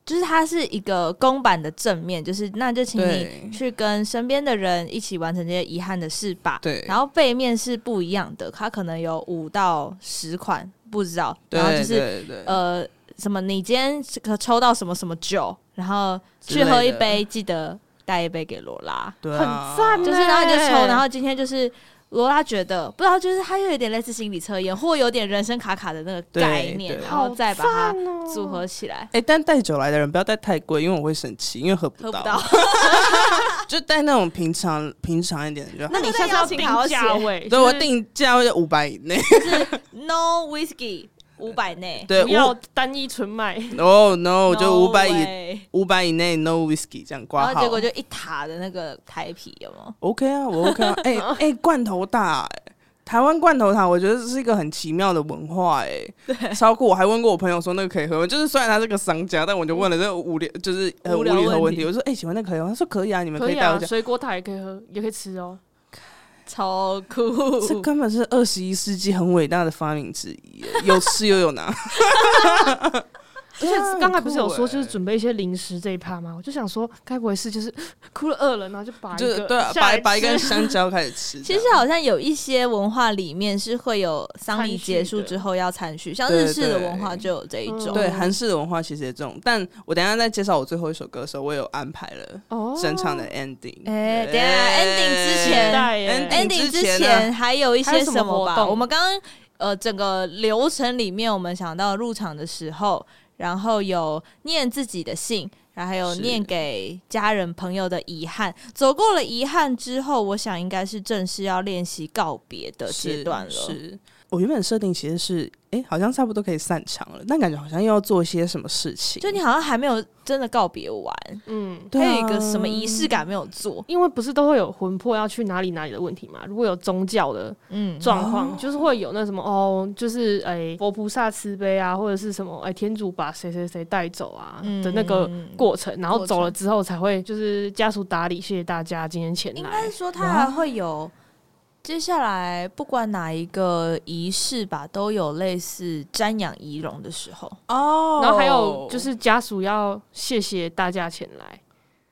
Speaker 2: 就是它是一个公版的正面，就是那就请
Speaker 1: 对
Speaker 2: 你去跟身边的人一起完成这些遗憾的事吧。
Speaker 1: 对
Speaker 2: 然后背面是不一样的，它可能有五到十款，不知道。然后就是
Speaker 1: 对对
Speaker 2: 呃，什么你今天可抽到什么什么酒，然后
Speaker 1: 之类
Speaker 2: 去
Speaker 1: 的
Speaker 2: 喝一杯，记得带一杯给罗拉。
Speaker 1: 对啊
Speaker 3: 很赞欸，
Speaker 2: 就是然后你就抽，然后今天就是罗拉觉得不知道，就是他又有点类似心理测验，或有点人生卡卡的那个概念，
Speaker 1: 对对
Speaker 2: 然
Speaker 3: 好
Speaker 2: 后再把它
Speaker 3: 赞哦
Speaker 2: 组合起来，
Speaker 1: 哎、但带酒来的人不要带太贵，因为我会生气，因为喝不
Speaker 2: 喝
Speaker 1: 到，
Speaker 2: 不到。
Speaker 1: 就带那种平常平常一点的就好。
Speaker 2: 那
Speaker 3: 那
Speaker 2: 你
Speaker 3: 你
Speaker 2: 下
Speaker 3: 下
Speaker 2: 次
Speaker 3: 次
Speaker 2: 要
Speaker 3: 要
Speaker 2: 请
Speaker 3: 定
Speaker 2: 好
Speaker 3: 价
Speaker 2: 写
Speaker 3: 位，
Speaker 1: 所以我
Speaker 3: 就是
Speaker 1: 定价位五百以内。
Speaker 2: No whiskey 五百内，
Speaker 1: 对，
Speaker 3: 不要单一纯买，
Speaker 1: 哦 no，
Speaker 2: 我
Speaker 1: 就五百以
Speaker 2: 以，
Speaker 1: 五百以内 no whisky 这样挂
Speaker 2: 然
Speaker 1: 号。
Speaker 2: 后结果就一塔的那个台啤有没有？
Speaker 1: OK 啊，我 OK 啊，哎、哎、罐头塔、哎台湾罐头塔，我觉得是一个很奇妙的文化、哎，超酷！我还问过我朋友说那个可以喝吗？就是虽然他是个商家，但我就问了这个无聊，就是很
Speaker 3: 无
Speaker 1: 无
Speaker 3: 聊
Speaker 1: 厘头
Speaker 3: 问
Speaker 1: 问
Speaker 3: 题
Speaker 1: 题，我说哎、喜欢那个可以吗？他说可以啊，你们
Speaker 3: 可
Speaker 1: 以
Speaker 3: 以
Speaker 1: 带
Speaker 3: 啊
Speaker 1: 回，家。
Speaker 3: 水果塔也可以喝，也可以吃哦。
Speaker 2: 超酷！
Speaker 1: 这根本是二十一世纪很伟大的发明之一，哎有吃又有拿。对
Speaker 3: 而
Speaker 1: 啊
Speaker 3: 且
Speaker 1: 很
Speaker 3: 刚才不是有
Speaker 1: 酷
Speaker 3: 说
Speaker 1: 欸
Speaker 3: 就是准备一些零食这一趴吗？我就想说，该不会是就是 哭了饿了，然后就把一
Speaker 1: 就
Speaker 3: 个
Speaker 1: 对啊，
Speaker 3: 下
Speaker 1: 把
Speaker 3: 来
Speaker 1: 把一根
Speaker 3: 吃
Speaker 1: 香蕉开始吃这
Speaker 2: 其
Speaker 1: 样。
Speaker 2: 实好像有一些文化里面是会有丧礼结束之后要餐叙，像日式的文化就有这一种。
Speaker 3: 对
Speaker 1: 对韩式的文化其实也这种，但我等一下在介绍我最后一首歌的时候，我有安排了
Speaker 3: 哦
Speaker 1: 整场欸的 ending。
Speaker 2: 哎
Speaker 1: 对哎
Speaker 2: 等一下 ending 之前
Speaker 3: 期待耶
Speaker 1: ending
Speaker 2: ending 之
Speaker 1: 之
Speaker 2: 前
Speaker 1: 前啊
Speaker 2: 还有一
Speaker 3: 还
Speaker 2: 些
Speaker 3: 有什么
Speaker 2: 什么
Speaker 3: 活
Speaker 2: 吧？
Speaker 3: 动
Speaker 2: 我们刚刚呃整个流程里面，我们想到入场的时候，然后有念自己的信，然后还有
Speaker 1: 是
Speaker 2: 念给家人朋友的遗憾。走过了遗憾之后，我想应该是正式要练习告别的阶段了。
Speaker 1: 是是我原本设定其实是，哎、好像差不多可以散场了，但感觉好像又要做些什么事情。
Speaker 2: 就你好像还没有真的告别完，
Speaker 3: 嗯，
Speaker 1: 对啊
Speaker 2: 还有一个什么仪式感没有做，
Speaker 3: 因为不是都会有魂魄要去哪里哪里的问题嘛？如果有宗教的
Speaker 2: 嗯，
Speaker 3: 状况，就是会有那什么哦，就是哎、佛菩萨慈悲啊，或者是什么哎、天主把谁谁谁带走啊、的那个
Speaker 2: 嗯
Speaker 3: 过程，然后
Speaker 2: 过
Speaker 3: 走了
Speaker 2: 程
Speaker 3: 之后才会就是家属打理，谢谢大家今天前
Speaker 2: 应该
Speaker 3: 来
Speaker 2: 是。说他还会有接下来不管哪一个仪式吧，都有类似瞻仰仪容的时候，
Speaker 1: 哦
Speaker 3: 然后还有就是家属要谢谢大家前来，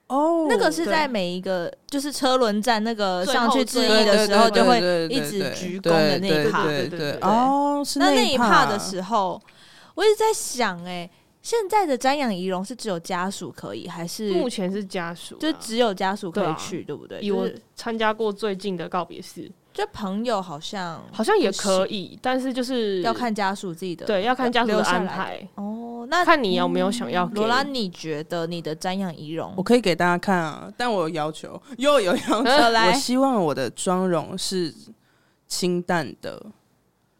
Speaker 1: 哦，
Speaker 2: 那个是
Speaker 3: 对
Speaker 2: 在每一个就是车轮站那个
Speaker 3: 最
Speaker 2: 上
Speaker 3: 后
Speaker 2: 去致
Speaker 3: 最
Speaker 2: 意
Speaker 3: 后
Speaker 2: 的时候，就会
Speaker 1: 会
Speaker 2: 一直鞠躬的那一趴
Speaker 1: 对对
Speaker 3: 对
Speaker 1: 对
Speaker 3: 对对
Speaker 1: 哦，是
Speaker 2: 那那
Speaker 1: 一
Speaker 2: 一
Speaker 1: 趴
Speaker 2: 趴的时候，我一直在想、哎，现在的瞻仰仪容是只有家属可以，还是
Speaker 3: 目前是家属啊、
Speaker 2: 就只有家属可
Speaker 3: 对
Speaker 2: 以
Speaker 3: 啊
Speaker 2: 去，对不对？
Speaker 3: 以
Speaker 2: 就
Speaker 3: 我
Speaker 2: 是
Speaker 3: 参加过最近的告别式，
Speaker 2: 就朋友好像
Speaker 3: 好像也
Speaker 2: 哦不
Speaker 3: 可
Speaker 2: 行
Speaker 3: 以，但是就是
Speaker 2: 要看家属自己的，
Speaker 3: 对要看家属
Speaker 2: 留
Speaker 3: 的
Speaker 2: 下
Speaker 3: 安
Speaker 2: 来
Speaker 3: 排，
Speaker 2: 哦。那
Speaker 3: 看你有没有想要给
Speaker 2: 罗拉，你觉得你的瞻仰仪容
Speaker 1: 我可以给大家看啊，但我有要求，又有 要求，
Speaker 2: 说
Speaker 1: 我
Speaker 2: 呃来
Speaker 1: 希望我的妆容是清淡的，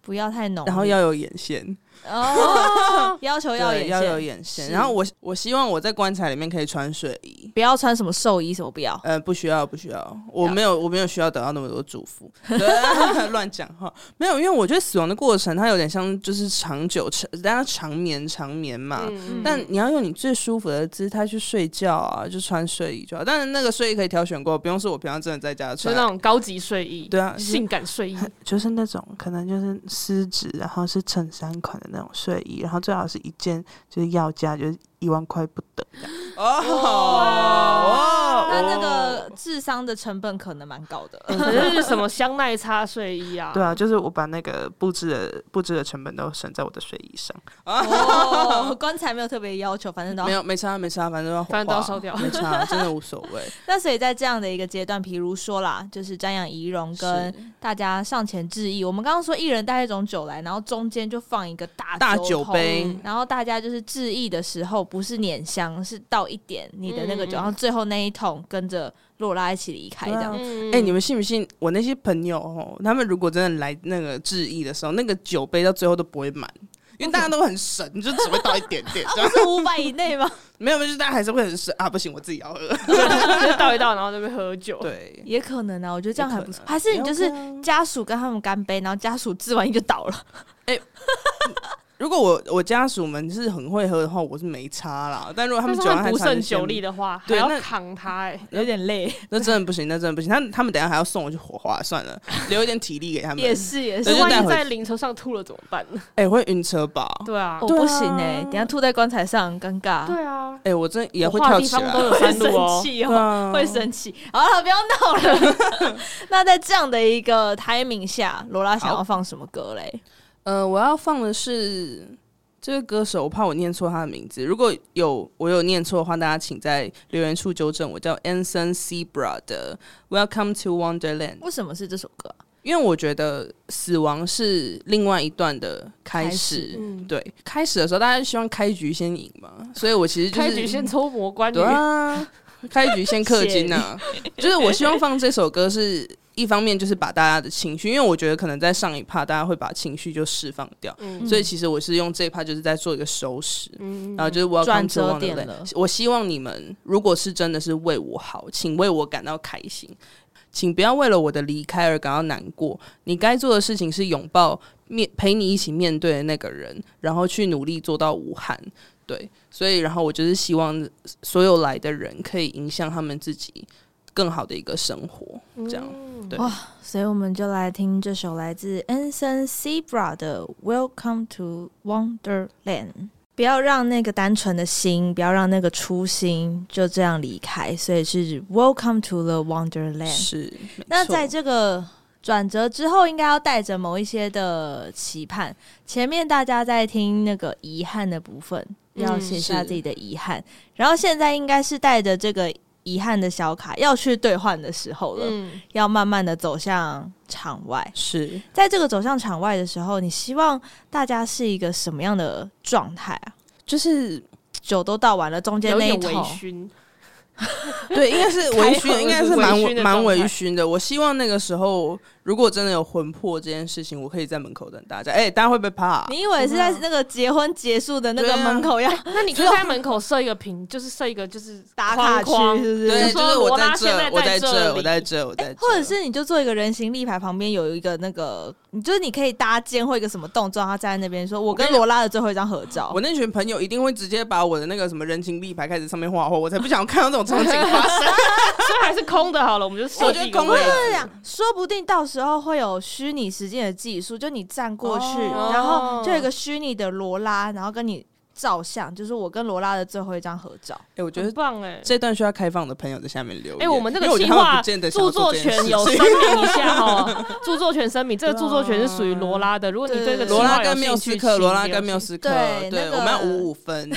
Speaker 2: 不要太浓，
Speaker 1: 然后要有眼线。
Speaker 2: 哦，要求要
Speaker 1: 对，
Speaker 2: 眼
Speaker 1: 要有
Speaker 2: 线，
Speaker 1: 眼线。
Speaker 2: 是
Speaker 1: 然后我我希望我在棺材里面可以穿睡衣。
Speaker 2: 不要穿什么寿衣什么不要。
Speaker 1: 呃，不需要，不需要，我
Speaker 2: 要
Speaker 1: 没有，我没有需要得到那么多祝福，对乱讲话，没有，因为我觉得死亡的过程，它有点像就是长久，长大家长眠，长眠嘛。
Speaker 3: 嗯
Speaker 1: 但你要用你最舒服的姿态去睡觉啊，就穿睡衣就好。但是那个睡衣可以挑选过，不用是我平常真的在家
Speaker 3: 就
Speaker 1: 穿
Speaker 3: 是。那种高级睡衣，
Speaker 1: 对啊，就是
Speaker 3: 性感睡衣，
Speaker 1: 就是那种可能就是丝质，然后是衬衫款的那种睡衣，然后最好是一件就是要价就是
Speaker 4: 一万块不等。
Speaker 3: 哦
Speaker 1: 哦，
Speaker 2: 那那个智商的成本可能蛮高的。
Speaker 3: 嗯可能是什么香奈擦睡衣啊，
Speaker 4: 对啊，就是我把那个布置的布置的成本都省在我的睡衣上。
Speaker 2: 哦，棺材没有特别要求，反正都
Speaker 1: 没
Speaker 2: 要。
Speaker 1: 有没差没差，反正都要火化
Speaker 3: 反正都要烧掉
Speaker 1: 没差，真的无所谓。
Speaker 2: 那所以在这样的一个阶段，比如说啦，就是瞻仰仪容跟
Speaker 1: 是
Speaker 2: 大家上前致意。我们刚刚说一人带一种酒来，然后中间就放一个大
Speaker 1: 大
Speaker 2: 酒
Speaker 1: 酒
Speaker 2: 桶
Speaker 1: 杯
Speaker 2: 然后大家就是致意的时候，不是捻香，是倒一点你的那个酒，
Speaker 3: 嗯
Speaker 2: 然后最后那一桶跟着洛拉一起离开，这样。
Speaker 3: 嗯
Speaker 1: 哎、你们信不信？我那些朋友哦，他们如果真的来那个致意的时候，那个酒杯到最后都不会满，因为大家都很神，就只会倒一点点 这样。
Speaker 3: 哦
Speaker 2: 是五百 以内吗？
Speaker 1: 没有，就是大家还是会很神啊！不行，我自己要喝。
Speaker 3: 就是倒一倒，然后在那边喝酒，
Speaker 1: 对，
Speaker 2: 也可能啊，我觉得这样还不
Speaker 1: 也可
Speaker 2: 错。
Speaker 1: 能
Speaker 2: 还是你就是
Speaker 1: 也 OK 啊
Speaker 2: 家属跟他们干杯，然后家属致完意就倒了。
Speaker 1: 如果我我家属们是很会喝的话，我是没差啦。但如果他
Speaker 3: 但
Speaker 1: 们
Speaker 3: 是
Speaker 1: 酒量
Speaker 3: 他
Speaker 1: 还
Speaker 3: 不
Speaker 1: 差
Speaker 3: 胜
Speaker 1: 就先
Speaker 3: 酒力，的话，还
Speaker 1: 对
Speaker 3: 要
Speaker 1: 那
Speaker 3: 扛他哎、
Speaker 2: 有点累，
Speaker 1: 那真的不行，那真的不行。他他们等一下还要送我去火化，算 了，留一点体力给他们。
Speaker 2: 也是也
Speaker 1: 对
Speaker 2: 是
Speaker 1: 就，
Speaker 3: 万
Speaker 1: 带回
Speaker 3: 一
Speaker 1: 去
Speaker 3: 在灵车上吐了怎么办？
Speaker 1: 哎、会晕车吧？
Speaker 3: 对啊
Speaker 2: 我，不行哎、等一下吐在棺材上很尴尬，
Speaker 3: 对啊，
Speaker 1: 哦哎、我真也
Speaker 3: 火
Speaker 1: 会
Speaker 3: 化
Speaker 1: 跳
Speaker 3: 的
Speaker 1: 起
Speaker 3: 地
Speaker 1: 来
Speaker 3: 方。都有
Speaker 2: 会
Speaker 3: 山路
Speaker 2: 生
Speaker 3: 哦。
Speaker 2: 气
Speaker 1: 对
Speaker 2: 哦。
Speaker 1: 啊，
Speaker 2: 会生气，好了，不要闹了。 那在这样的一个 timing 下，罗拉想要
Speaker 1: 好
Speaker 2: 放什么歌嘞？
Speaker 1: 呃，我要放的是这个歌手，我怕我念错他的名字。如果有我有念错的话，大家请在留言处纠正我。叫 Anson Zebra 的《Welcome to Wonderland》，
Speaker 2: 为什么是这首歌啊、
Speaker 1: 因为我觉得死亡是另外一段的开
Speaker 2: 开
Speaker 1: 始。
Speaker 2: 始
Speaker 3: 嗯，
Speaker 1: 对，开始的时候大家希望开局先赢嘛，所以我其实就是
Speaker 3: 开局先抽魔关羽
Speaker 1: 对，啊，开局先氪金呐、 就是我希望放这首歌是。一方面就是把大家的情绪，因为我觉得可能在上一趴大家会把情绪就释放掉，
Speaker 3: 嗯
Speaker 1: 所以其实我是用这一趴就是在做一个收拾，
Speaker 3: 嗯
Speaker 1: 然后就是我要
Speaker 2: 转折点了
Speaker 1: 我希望你们如果是真的是为我好，请为我感到开心，请不要为了我的离开而感到难过。你该做的事情是拥抱面陪你一起面对的那个人，然后去努力做到无憾。对，所以然后我就是希望所有来的人可以影响他们自己更好的一个生活，这样。
Speaker 3: 嗯
Speaker 1: 对
Speaker 2: 所以我们就来听这首来自 Anson Zebra 的《Welcome to Wonderland》。不要让那个单纯的心，不要让那个初心就这样离开，所以是 Welcome to the Wonderland。
Speaker 1: 是，没
Speaker 2: 哎那
Speaker 1: 错
Speaker 2: 在这个转折之后，应该要带着某一些的期盼。前面大家在听那个遗憾的部分，
Speaker 3: 嗯
Speaker 2: 要写下
Speaker 1: 是
Speaker 2: 自己的遗憾，然后现在应该是带着这个遗憾的小卡要去兑换的时候
Speaker 1: 啊
Speaker 2: 了。
Speaker 3: 嗯，
Speaker 2: 要慢慢的走向场外。
Speaker 1: 是
Speaker 2: 在这个走向场外的时候，你希望大家是一个什么样的状态啊？
Speaker 1: 就是
Speaker 2: 酒都倒完了，中间
Speaker 3: 有
Speaker 2: 那一
Speaker 3: 点微
Speaker 2: 桶
Speaker 3: 醺，
Speaker 1: 对，应该是微
Speaker 3: 开
Speaker 1: 醺，
Speaker 3: 合
Speaker 1: 应该
Speaker 3: 是
Speaker 1: 是
Speaker 3: 微
Speaker 1: 蛮
Speaker 3: 醺的
Speaker 1: 蛮
Speaker 3: 状
Speaker 1: 微
Speaker 3: 态
Speaker 1: 醺的。我希望那个时候，如果真的有魂魄这件事情，我可以在门口等大家。哎、大家会不会怕、
Speaker 2: 你以为是在那个结婚结束的那个
Speaker 1: 对啊
Speaker 2: 门口要
Speaker 3: 那你就在门口设一个屏，就是设一个就是
Speaker 2: 打卡区，
Speaker 3: 框框
Speaker 2: 是不
Speaker 1: 对，
Speaker 2: 是？
Speaker 3: 就
Speaker 1: 就
Speaker 3: 说
Speaker 1: 是
Speaker 3: 罗
Speaker 1: 我
Speaker 3: 拉
Speaker 1: 在
Speaker 3: 现在
Speaker 1: 这，我
Speaker 3: 在
Speaker 1: 在
Speaker 3: 这
Speaker 1: 这，
Speaker 3: 里哎
Speaker 1: 我在这，我在这，
Speaker 2: 或者是你就做一个人形立牌，旁边有一个那个，你就是你可以搭肩或一个什么动作，然后站在那边说：“我跟罗拉的最后一张合照
Speaker 1: 我。那群朋友一定会直接把我的那个什么人情立牌开始上面画画，我才不想要看到这种场景发生。
Speaker 3: 所以还是空的好了，我们就设计一个
Speaker 1: 我觉得空的
Speaker 3: 位置”
Speaker 2: 这样，说不定到时候会有虚拟实境的技术，就你站过去，
Speaker 1: 哦
Speaker 2: 然后就有一个虚拟的罗拉，然后跟你照相，就是我跟罗拉的最后一张合照。
Speaker 1: 哎、我觉
Speaker 3: 很
Speaker 1: 得
Speaker 3: 棒哎、
Speaker 1: 这段需要开放的朋友在下面留言。
Speaker 3: 哎、我们这
Speaker 1: 因为
Speaker 3: 个
Speaker 1: 我觉
Speaker 3: 计
Speaker 1: 得他们
Speaker 3: 划
Speaker 1: 不见得想
Speaker 3: 著
Speaker 1: 要做
Speaker 3: 作
Speaker 1: 这件
Speaker 3: 权
Speaker 1: 事
Speaker 3: 有
Speaker 1: 情
Speaker 3: 声明一下哦，著作权声明，这个著作权是属于罗拉的。如果你对这
Speaker 2: 对
Speaker 3: 个计划
Speaker 1: 罗拉
Speaker 3: 有
Speaker 1: 跟
Speaker 3: 兴
Speaker 1: 缪斯
Speaker 3: 趣
Speaker 1: 克，
Speaker 3: 请
Speaker 1: 罗拉
Speaker 3: 留
Speaker 1: 跟缪
Speaker 3: 心
Speaker 1: 斯克，
Speaker 2: 对
Speaker 1: 对，
Speaker 2: 那个
Speaker 1: 我们要五五 分。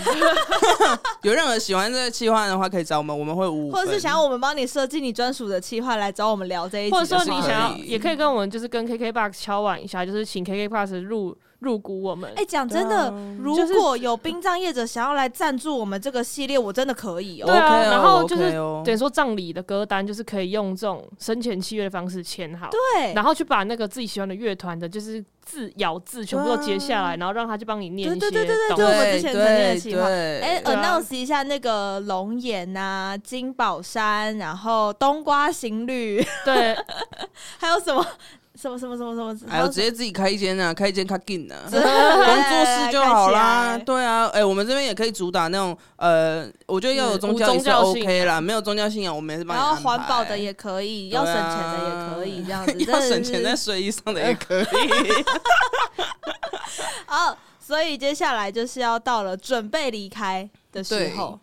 Speaker 1: 有任何喜欢这个企划的话，可以找我们，我们会五五分。
Speaker 2: 或者是想要我们帮你设计你专属的企划来找我们聊这一集
Speaker 3: 或
Speaker 2: 的时
Speaker 3: 者
Speaker 2: 候，
Speaker 3: 说你
Speaker 1: 可
Speaker 3: 想要，
Speaker 1: 以
Speaker 3: 也可以跟我们就是跟 KKBox 敲碗一下，就是请 KKBox 入入股我们。
Speaker 2: 哎，讲真的，如
Speaker 3: 嗯就是
Speaker 2: 果有殡葬业者想要来赞助我们这个系列，我真的可以哦
Speaker 3: 对。啊
Speaker 1: OK 哦
Speaker 3: 然后就是
Speaker 1: OK 哦
Speaker 3: 等于说葬礼的歌单，就是可以用这种生前契约的方式签好，
Speaker 2: 对，
Speaker 3: 然后去把那个自己喜欢的乐团的，就是字咬字全部都截下来，然后让他去帮你念一些
Speaker 2: 对
Speaker 3: 懂。
Speaker 2: 对对对
Speaker 1: 对
Speaker 2: 就我们之前曾经的计划
Speaker 1: 对
Speaker 2: 哎
Speaker 3: 对啊
Speaker 2: ，announce 一下那个龙眼啊、金宝山，然后冬瓜行旅，
Speaker 3: 对
Speaker 2: 还有什么什么什么什么什么，
Speaker 1: 哎，我直接自己开一间啊，开一间卡进啊，
Speaker 2: 对
Speaker 1: 工作室就好啦
Speaker 2: 看起来。
Speaker 1: 对啊，哎，我们这边也可以主打那种呃，我觉得要有宗
Speaker 3: 无
Speaker 1: 教
Speaker 3: 宗
Speaker 1: 也是
Speaker 3: 教信
Speaker 1: OK 啦，没有宗教信仰，我们也是帮
Speaker 2: 然
Speaker 1: 你
Speaker 2: 后
Speaker 1: 安排啊
Speaker 2: 环保的也可以，要省钱的也可以，这样子。
Speaker 1: 要
Speaker 2: 真的
Speaker 1: 省钱
Speaker 2: 是
Speaker 1: 在睡衣上的也可以。
Speaker 2: 哦，所以接下来就是要到了准备离开的时候，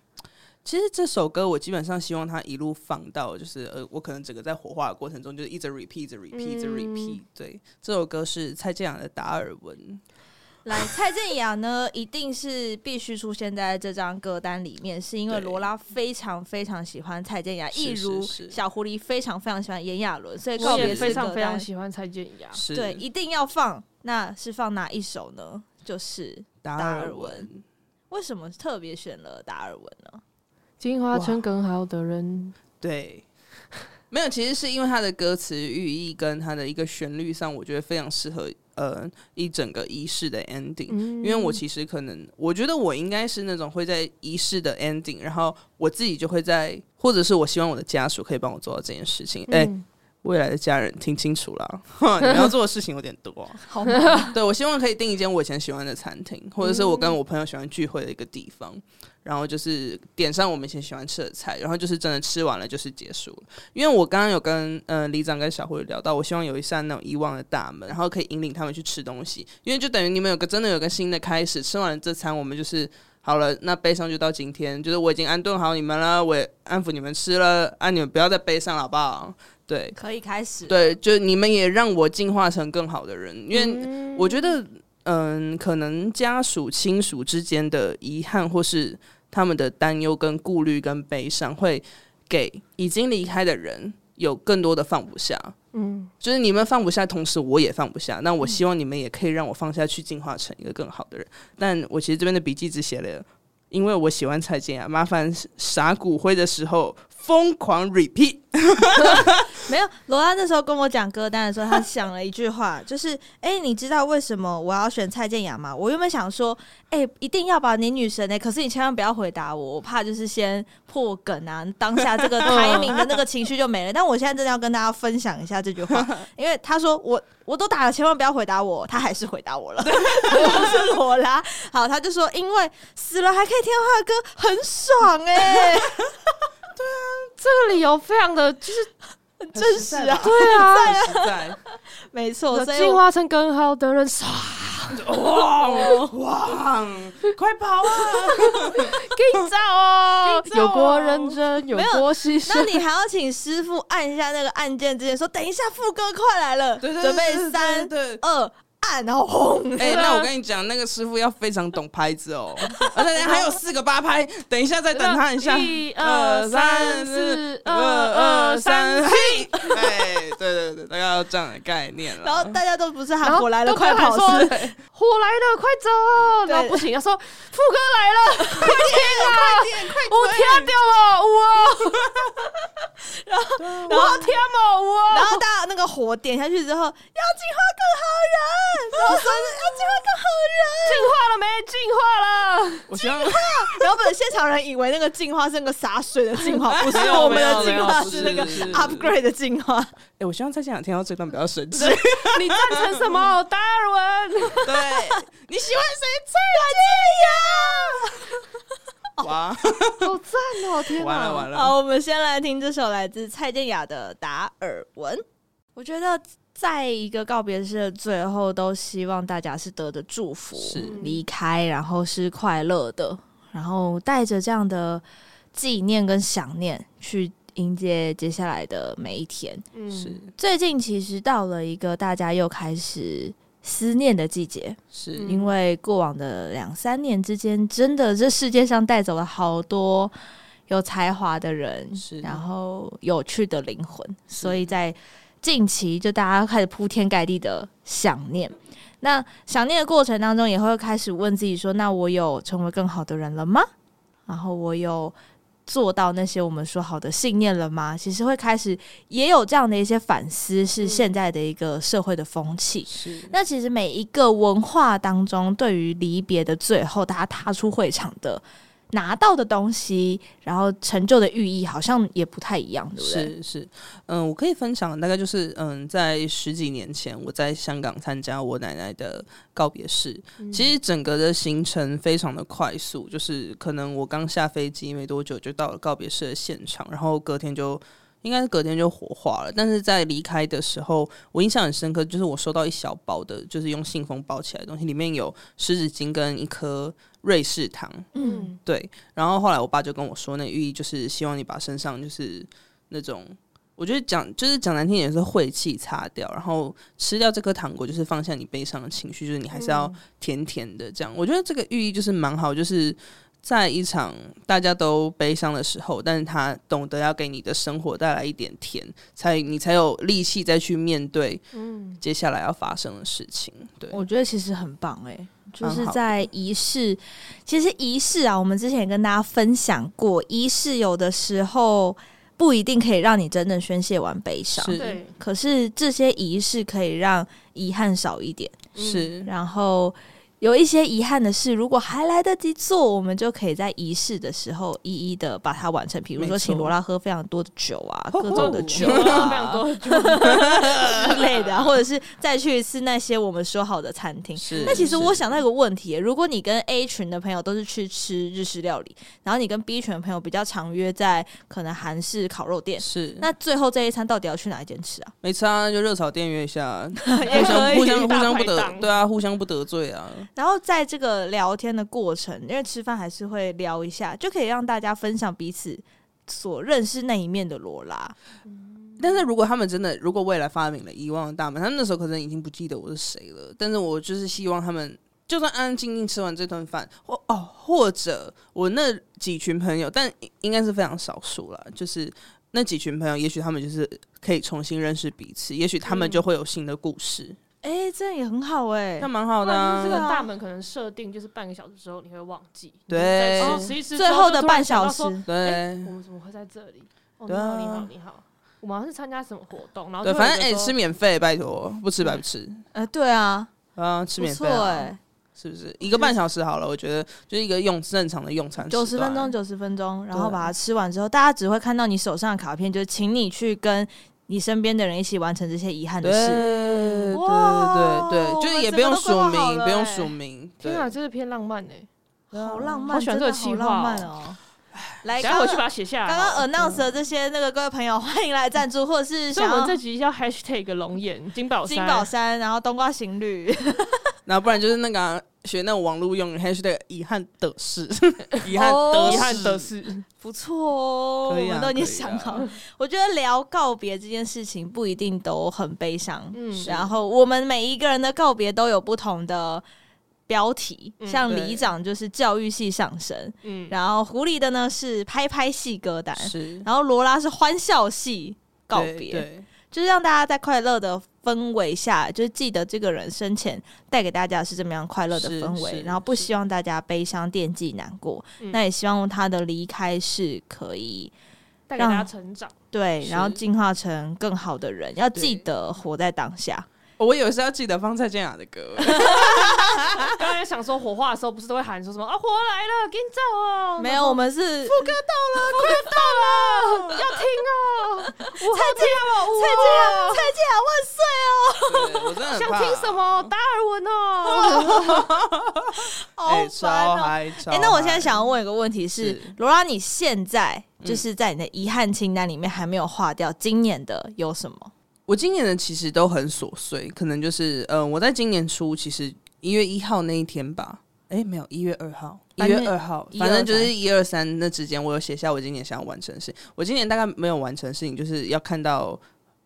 Speaker 1: 其实这首歌我基本上希望它一路放到，就是呃，我可能整个在火化的过程中，就是一直 repeat，一直 repeat，一直 repeat、对，这首歌是蔡健雅的《达尔文》。
Speaker 2: 来蔡健雅呢，一定是必须出现在这张歌单里面，是因
Speaker 1: 对
Speaker 2: 为罗拉非常非常喜欢蔡健雅，
Speaker 1: 是
Speaker 2: 一如
Speaker 1: 是是
Speaker 2: 小狐狸非常非常喜欢炎亚纶，所以告
Speaker 3: 我
Speaker 2: 别
Speaker 3: 也
Speaker 2: 式
Speaker 3: 非
Speaker 2: 歌
Speaker 3: 常非常
Speaker 2: 单
Speaker 3: 喜欢蔡健雅。
Speaker 1: 是
Speaker 2: 对，一定要放。那是放哪一首呢？就是
Speaker 1: 达
Speaker 2: 尔
Speaker 1: 尔
Speaker 2: 文
Speaker 1: 文，
Speaker 2: 为什么特别选了达尔文呢？
Speaker 3: 金花
Speaker 1: 村
Speaker 3: 村更好的人，
Speaker 1: 对， 没有，其实是因为它的歌词寓意跟它的一个旋律上，我觉得非常适合呃一整个仪式的 ending。因
Speaker 3: 嗯
Speaker 1: 为我其实可能，我觉得我应该是那种会在仪式的 ending，然后我自己就会在，或者是我希望我的家属可以帮我做到这件事情。
Speaker 3: 嗯
Speaker 1: 哎、未来的家人听清楚了， 哼你们要做的事情有点多啊、
Speaker 2: 好吗？
Speaker 1: 对我希望可以订一间我以前喜欢的餐厅，或者是我跟我朋友喜欢聚会的一个地方，然后就是点上我们以前喜欢吃的菜，然后就是真的吃完了就是结束了。因为我刚刚有跟呃李长跟小慧聊到，我希望有一扇那种遗忘的大门，然后可以引领他们去吃东西，因为就等于你们有个真的有个新的开始，吃完了这餐我们就是。好了，那悲伤就到今天，就是我已经安顿好你们了，我也安抚你们吃了，啊，你们不要再悲伤了，好不好？对，
Speaker 2: 可以开始。
Speaker 1: 对，就你们也让我进化成更好的人，因为我觉得，嗯，可能家属亲属之间的遗憾，或是他们的担忧、跟顾虑、跟悲伤，会给已经离开的人有更多的放不下。
Speaker 3: 嗯，
Speaker 1: 就是你们放不下，同时我也放不下。那我希望你们也可以让我放下去，进化成一个更好的人。但我其实这边的笔记只写了，因为我喜欢蔡健雅，麻烦撒骨灰的时候疯狂 repeat。
Speaker 2: 没有，罗拉那时候跟我讲歌单的时候，他想了一句话， 就是：“哎、你知道为什么我要选蔡健雅吗？”我原本想说：“哎、一定要把你女神欸呢、可是你千万不要回答我，我怕就是先破梗啊，当下这个 timing 的那个情绪就没了。”但我现在真的要跟大家分享一下这句话，因为他说我我都打了，千万不要回答我，他还是回 答我了，是罗拉。好，他就说：“因为死了还可以听到他的歌，很爽哎、
Speaker 3: 这个理由非常的就是
Speaker 2: 很真实啊，
Speaker 3: 对 啊，
Speaker 1: 实在。
Speaker 2: 没错，哦所以
Speaker 3: 进
Speaker 2: 我
Speaker 3: 化成更好的人，唰，哦
Speaker 1: 汪汪，快跑啊！
Speaker 3: 可以造哦，
Speaker 1: 哦
Speaker 3: 有过认真，有
Speaker 2: 没有
Speaker 3: 过牺
Speaker 2: 那
Speaker 3: 牲，
Speaker 2: 你还要请师傅按一下那个按键之前说，等一下副歌快来了，
Speaker 1: 对对，
Speaker 2: 准备
Speaker 1: 对
Speaker 2: 三
Speaker 3: 啊
Speaker 1: 对。对
Speaker 2: 二按，然后轰。
Speaker 1: 哎、那我跟你讲，那个师傅要非常懂拍子 哦，而且还有四个八拍，等一下再等他一下。呃
Speaker 3: 一二三四，二二三，
Speaker 1: 嘿！哎，对对对，大概要这样的概念
Speaker 2: 然后
Speaker 1: 了。
Speaker 2: 大家都不是
Speaker 3: 然
Speaker 2: 喊
Speaker 3: 后
Speaker 2: 火来了，
Speaker 3: 都
Speaker 2: 快跑
Speaker 3: 喊说
Speaker 2: 是不是
Speaker 3: 火来了，快走！哦然后
Speaker 2: 对
Speaker 3: 不行，要说副歌来了，啊快听 啊，我听掉了，我，然后我听了，
Speaker 2: 然
Speaker 3: 我，
Speaker 2: 后大家那个火点下去之后，要进化更好人，然后说是要进化更好人，
Speaker 3: 进 化了没？进化了，
Speaker 1: 我希望
Speaker 2: 然后本现场人以为那个进化是那个洒水的进化，不是
Speaker 1: 没有
Speaker 2: 我们的
Speaker 1: 没有
Speaker 2: 进化，
Speaker 1: 没有
Speaker 2: 是那个
Speaker 1: 是是
Speaker 2: upgrade 的进化。
Speaker 1: 哎，我希望蔡健雅听到这段不要生气。
Speaker 3: 你赞成什么？达尔 文，
Speaker 1: 对， 你喜欢
Speaker 2: 再见呀！
Speaker 1: 谁？哇，
Speaker 3: 好赞哦！天
Speaker 1: 完了
Speaker 3: 哪，
Speaker 1: 完 了，
Speaker 2: 好，我们先来听这首来自蔡健雅的《达尔文》。我觉得在一个告别式的最后，都希望大家是得的祝福，
Speaker 1: 是
Speaker 2: 离开，然后是快乐的，然后带着这样的纪念跟想念去迎接接下来的每一天。
Speaker 3: 嗯
Speaker 1: 是
Speaker 2: 最近其实到了一个大家又开始思念的季节，
Speaker 1: 是
Speaker 3: 嗯
Speaker 2: 因为过往的两三年之间，真的这世界上带走了好多有才华的人，
Speaker 1: 是
Speaker 2: 然后有趣的灵魂，所以在近期就大家开始铺天盖地的想念。那想念的过程当中，也会开始问自己说：那我有成为更好的人了吗？然后我有做到那些我们说好的信念了吗？其实会开始也有这样的一些反思，是现在的一个社会的风气。
Speaker 1: 是
Speaker 2: 那其实每一个文化当中，对于离别的最后，大家踏出会场的拿到的东西，然后成就的寓意，好像也不太一样，对不
Speaker 1: 是
Speaker 2: 对？
Speaker 1: 是，嗯，我可以分享，大概就是嗯，在十几年前，我在香港参加我奶奶的告别式，
Speaker 2: 嗯
Speaker 1: 其实整个的行程非常的快速，就是可能我刚下飞机没多久就到了告别式的现场，然后隔天就。应该是隔天就火化了。但是在离开的时候，我印象很深刻，就是我收到一小包的，就是用信封包起来的东西，里面有湿纸巾跟一颗瑞士糖。
Speaker 2: 嗯，
Speaker 1: 对，然后后来我爸就跟我说，那寓意就是希望你把身上就是那种，我觉得讲就是讲难听点是晦气擦掉，然后吃掉这颗糖果就是放下你悲伤的情绪，就是你还是
Speaker 2: 嗯
Speaker 1: 要甜甜的这样。我觉得这个寓意就是蛮好，就是在一场大家都悲伤的时候，但是他懂得要给你的生活带来一点甜，才你才有力气再去面对
Speaker 3: 嗯，
Speaker 1: 接下来要发生的事情。对，
Speaker 2: 我觉得其实很棒哎、就是
Speaker 1: 蛮嗯好的
Speaker 2: 在仪式，其实仪式啊，我们之前也跟大家分享过，仪式有的时候不一定可以让你真正宣泄完悲伤，
Speaker 1: 是
Speaker 3: 对，
Speaker 2: 可是这些仪式可以让遗憾少一点，
Speaker 1: 嗯是
Speaker 2: 然后有一些遗憾的事，如果还来得及做，我们就可以在仪式的时候一一的把它完成。比如说，
Speaker 1: 没错哦
Speaker 2: 请罗拉喝非常多的酒 啊，各种的酒
Speaker 3: 非常
Speaker 2: 啊
Speaker 3: 多就
Speaker 2: 之类的啊，或者是再去一次那些我们说好的餐厅。
Speaker 1: 是。
Speaker 2: 那其实
Speaker 1: 是
Speaker 2: 我想到一个问题耶，如果你跟 A 群的朋友都是去吃日式料理，然后你跟 B 群的朋友比较常约在可能韩式烤肉店，
Speaker 1: 是
Speaker 2: 那最后这一餐到底要去哪一间吃啊？
Speaker 1: 没差啊，就热炒店约一下，啊
Speaker 3: 也
Speaker 1: 互相
Speaker 3: 可以
Speaker 1: 互相互
Speaker 3: 大
Speaker 1: 相不
Speaker 3: 排
Speaker 1: 得
Speaker 3: 档，
Speaker 1: 对啊，互相不得罪啊，
Speaker 2: 然后在这个聊天的过程，因为吃饭还是会聊一下，就可以让大家分享彼此所认识那一面的罗拉。
Speaker 1: 但是如果他们真的，如果未来发明了遗忘的大门，他们那时候可能已经不记得我是谁了。但是我就是希望他们，就算安安静静吃完这顿饭，或哦，或者我那几群朋友，但应应该是非常少数了，就是。那几群朋友，也许他们就是可以重新认识彼此，也许他们
Speaker 3: 嗯
Speaker 1: 就会有新的故事，
Speaker 2: 哎、这样也很好哎、
Speaker 1: 那蛮好的、
Speaker 3: 那
Speaker 1: 啊
Speaker 3: 这。
Speaker 2: 对
Speaker 3: 个
Speaker 2: 啊
Speaker 3: 大门可能设定就是半个小时之后你会忘记，
Speaker 1: 对
Speaker 3: 你就在吃吃一吃之
Speaker 2: 最后
Speaker 3: 后就
Speaker 2: 的
Speaker 3: 突然
Speaker 2: 半
Speaker 3: 想
Speaker 2: 小
Speaker 3: 到
Speaker 2: 时
Speaker 3: 说，
Speaker 1: 对，
Speaker 3: 我们怎么会在这里？哦，你
Speaker 1: 对
Speaker 3: 好，你
Speaker 1: 啊
Speaker 3: 好，你好，我们好像是参加什么活动，然后
Speaker 1: 对，
Speaker 3: 就
Speaker 1: 反
Speaker 3: 会
Speaker 1: 正
Speaker 3: 有
Speaker 1: 哎、
Speaker 3: 人说嗯
Speaker 1: 吃免费，拜托，不吃白不吃
Speaker 2: 呃，对啊，
Speaker 1: 啊，吃
Speaker 2: 不
Speaker 1: 免
Speaker 2: 错
Speaker 1: 费、
Speaker 3: 欸
Speaker 2: 哎、
Speaker 1: 啊。是不是一个半小时好了？我觉得就是一个用正常的用餐时
Speaker 2: 九十分
Speaker 1: 段
Speaker 2: 钟，九十分钟，然后
Speaker 1: 对啊
Speaker 2: 把它吃完之后，大家只会看到你手上的卡片，就是请你去跟你身边的人一起完成这些遗憾
Speaker 1: 对
Speaker 2: 的事。
Speaker 1: 对
Speaker 2: 哇
Speaker 1: 对对，就
Speaker 2: 我
Speaker 1: 是
Speaker 2: 们
Speaker 1: 也
Speaker 2: 整
Speaker 1: 不用
Speaker 2: 个都规
Speaker 1: 署
Speaker 2: 划好
Speaker 1: 名，
Speaker 2: 了
Speaker 1: 不用
Speaker 2: 欸
Speaker 1: 署名。对
Speaker 3: 天，啊，真是偏浪漫哎！
Speaker 2: 好浪漫，
Speaker 3: 好喜欢
Speaker 2: 真的
Speaker 3: 这个
Speaker 2: 好
Speaker 3: 计划哦
Speaker 2: 浪漫哦！来，
Speaker 3: 等一下
Speaker 2: 刚
Speaker 3: 回去把
Speaker 2: 刚
Speaker 3: 它写下来
Speaker 2: 刚
Speaker 3: 好了。
Speaker 2: 刚 announce 的这些那个各位朋友，欢迎来赞助，或者是
Speaker 3: 所以
Speaker 2: 想
Speaker 3: 我们
Speaker 2: 要
Speaker 3: 这集要 hashtag 龙眼金宝
Speaker 2: 金宝
Speaker 3: 山，
Speaker 2: 山，然后冬瓜行旅，
Speaker 1: 那不然就是那个啊、学那种网络用语 hashtag 遗憾的 事，遗憾
Speaker 2: 哦
Speaker 1: 的
Speaker 3: 遗憾的
Speaker 1: 事
Speaker 3: 是，
Speaker 2: 不错哦，
Speaker 1: 可以啊
Speaker 2: 我们都已经
Speaker 1: 可以啊
Speaker 2: 想好了。我觉得聊告别这件事情不一定都很悲伤，
Speaker 3: 嗯是
Speaker 2: 然后我们每一个人的告别都有不同的标题，
Speaker 3: 嗯
Speaker 2: 像
Speaker 1: 对
Speaker 2: 里长就是教育系上升，
Speaker 3: 嗯，
Speaker 2: 然后狐狸的呢是拍拍系歌单，
Speaker 1: 是
Speaker 2: 然后罗拉是欢笑系告
Speaker 1: 对
Speaker 2: 别，
Speaker 1: 对，
Speaker 2: 就是让大家在快乐的。氛围下，就是记得这个人生前带给大家是这么样快乐的
Speaker 1: 是
Speaker 2: 氛围
Speaker 1: 是，
Speaker 2: 然后不
Speaker 1: 是
Speaker 2: 希望大家悲伤、惦记、难过，
Speaker 3: 嗯
Speaker 2: 那也希望他的离开是可以
Speaker 3: 带给大家
Speaker 2: 让
Speaker 3: 成长。
Speaker 2: 对，然后
Speaker 1: 是
Speaker 2: 进化成更好的人，要记得活在当下。
Speaker 1: 我有时候要记得方蔡健雅的歌，
Speaker 3: 刚才想说火化的时候，不是都会喊说什么啊火来了，给你照 啊！
Speaker 2: 没有，我们是
Speaker 3: 到了， 要听哦，我好
Speaker 2: 蔡健雅
Speaker 1: 对我真的很
Speaker 3: 听哦，
Speaker 1: 怕
Speaker 3: 想听什？么达尔文 哦，
Speaker 1: 哎、
Speaker 2: 万岁
Speaker 1: 超
Speaker 2: 哦！好烦哦！
Speaker 1: 嗨！超
Speaker 2: 哎，那我现在
Speaker 1: 嗨
Speaker 2: 想要问一个问题是
Speaker 1: 是，嗯
Speaker 2: 罗拉，你现在就是在你的遗憾清单里面还没有划掉今年的有什么？
Speaker 1: 我今年的其实都很琐碎，可能就是呃，我在今年初其实一月一号那一天吧，哎、没有一月二号，一
Speaker 2: 反正
Speaker 1: 月二号，
Speaker 2: 1
Speaker 1: 反正就是一二三那之间，我有写下我今年想要完成的事。我今年大概没有完成的事情，就是要看到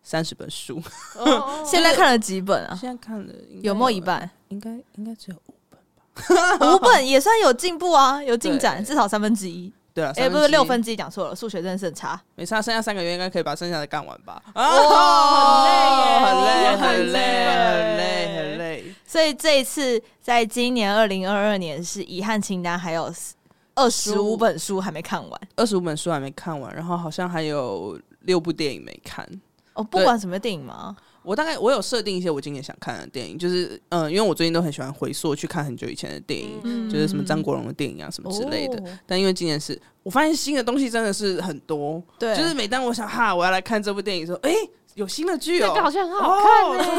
Speaker 1: 三十本书。
Speaker 3: 哦
Speaker 2: 现在看了几本啊？
Speaker 1: 现在看了应该
Speaker 2: 有没有一？ 半？
Speaker 1: 应该应该只有五本。
Speaker 2: 五本也算有进步 啊，有进展，
Speaker 1: 对
Speaker 2: 至少三分之一。
Speaker 1: 对了，
Speaker 2: 哎，不是六分
Speaker 1: 之
Speaker 2: 之一，讲错了，数学真的是很差。
Speaker 1: 一，没差，剩下三个月应该可以把剩下的干完吧？
Speaker 2: 哇
Speaker 1: 很累，
Speaker 2: 很累耶
Speaker 1: 很累，很累，很累。
Speaker 2: 所以这一次在今年二零二二年是遗憾清单，还有二十五本书还没看完
Speaker 1: 二十五本书还没看完，然后好像还有六部电影没看。
Speaker 2: 哦。不管什么电影嘛，
Speaker 1: 我大概我有设定一些我今年想看的电影，就是嗯、呃因为我最近都很喜欢回溯去看很久以前的电影，
Speaker 2: 嗯
Speaker 1: 就是什么张国荣的电影啊什么 之类的。
Speaker 2: 哦
Speaker 1: 但因为今年是我发现新的东西真的是很多，
Speaker 2: 对，
Speaker 1: 就是每当我想哈我要来看这部电影的时候，哎、有新的剧
Speaker 3: 这
Speaker 1: 哦、
Speaker 3: 个好像很好看
Speaker 1: 哦，
Speaker 3: 欸
Speaker 1: 怎么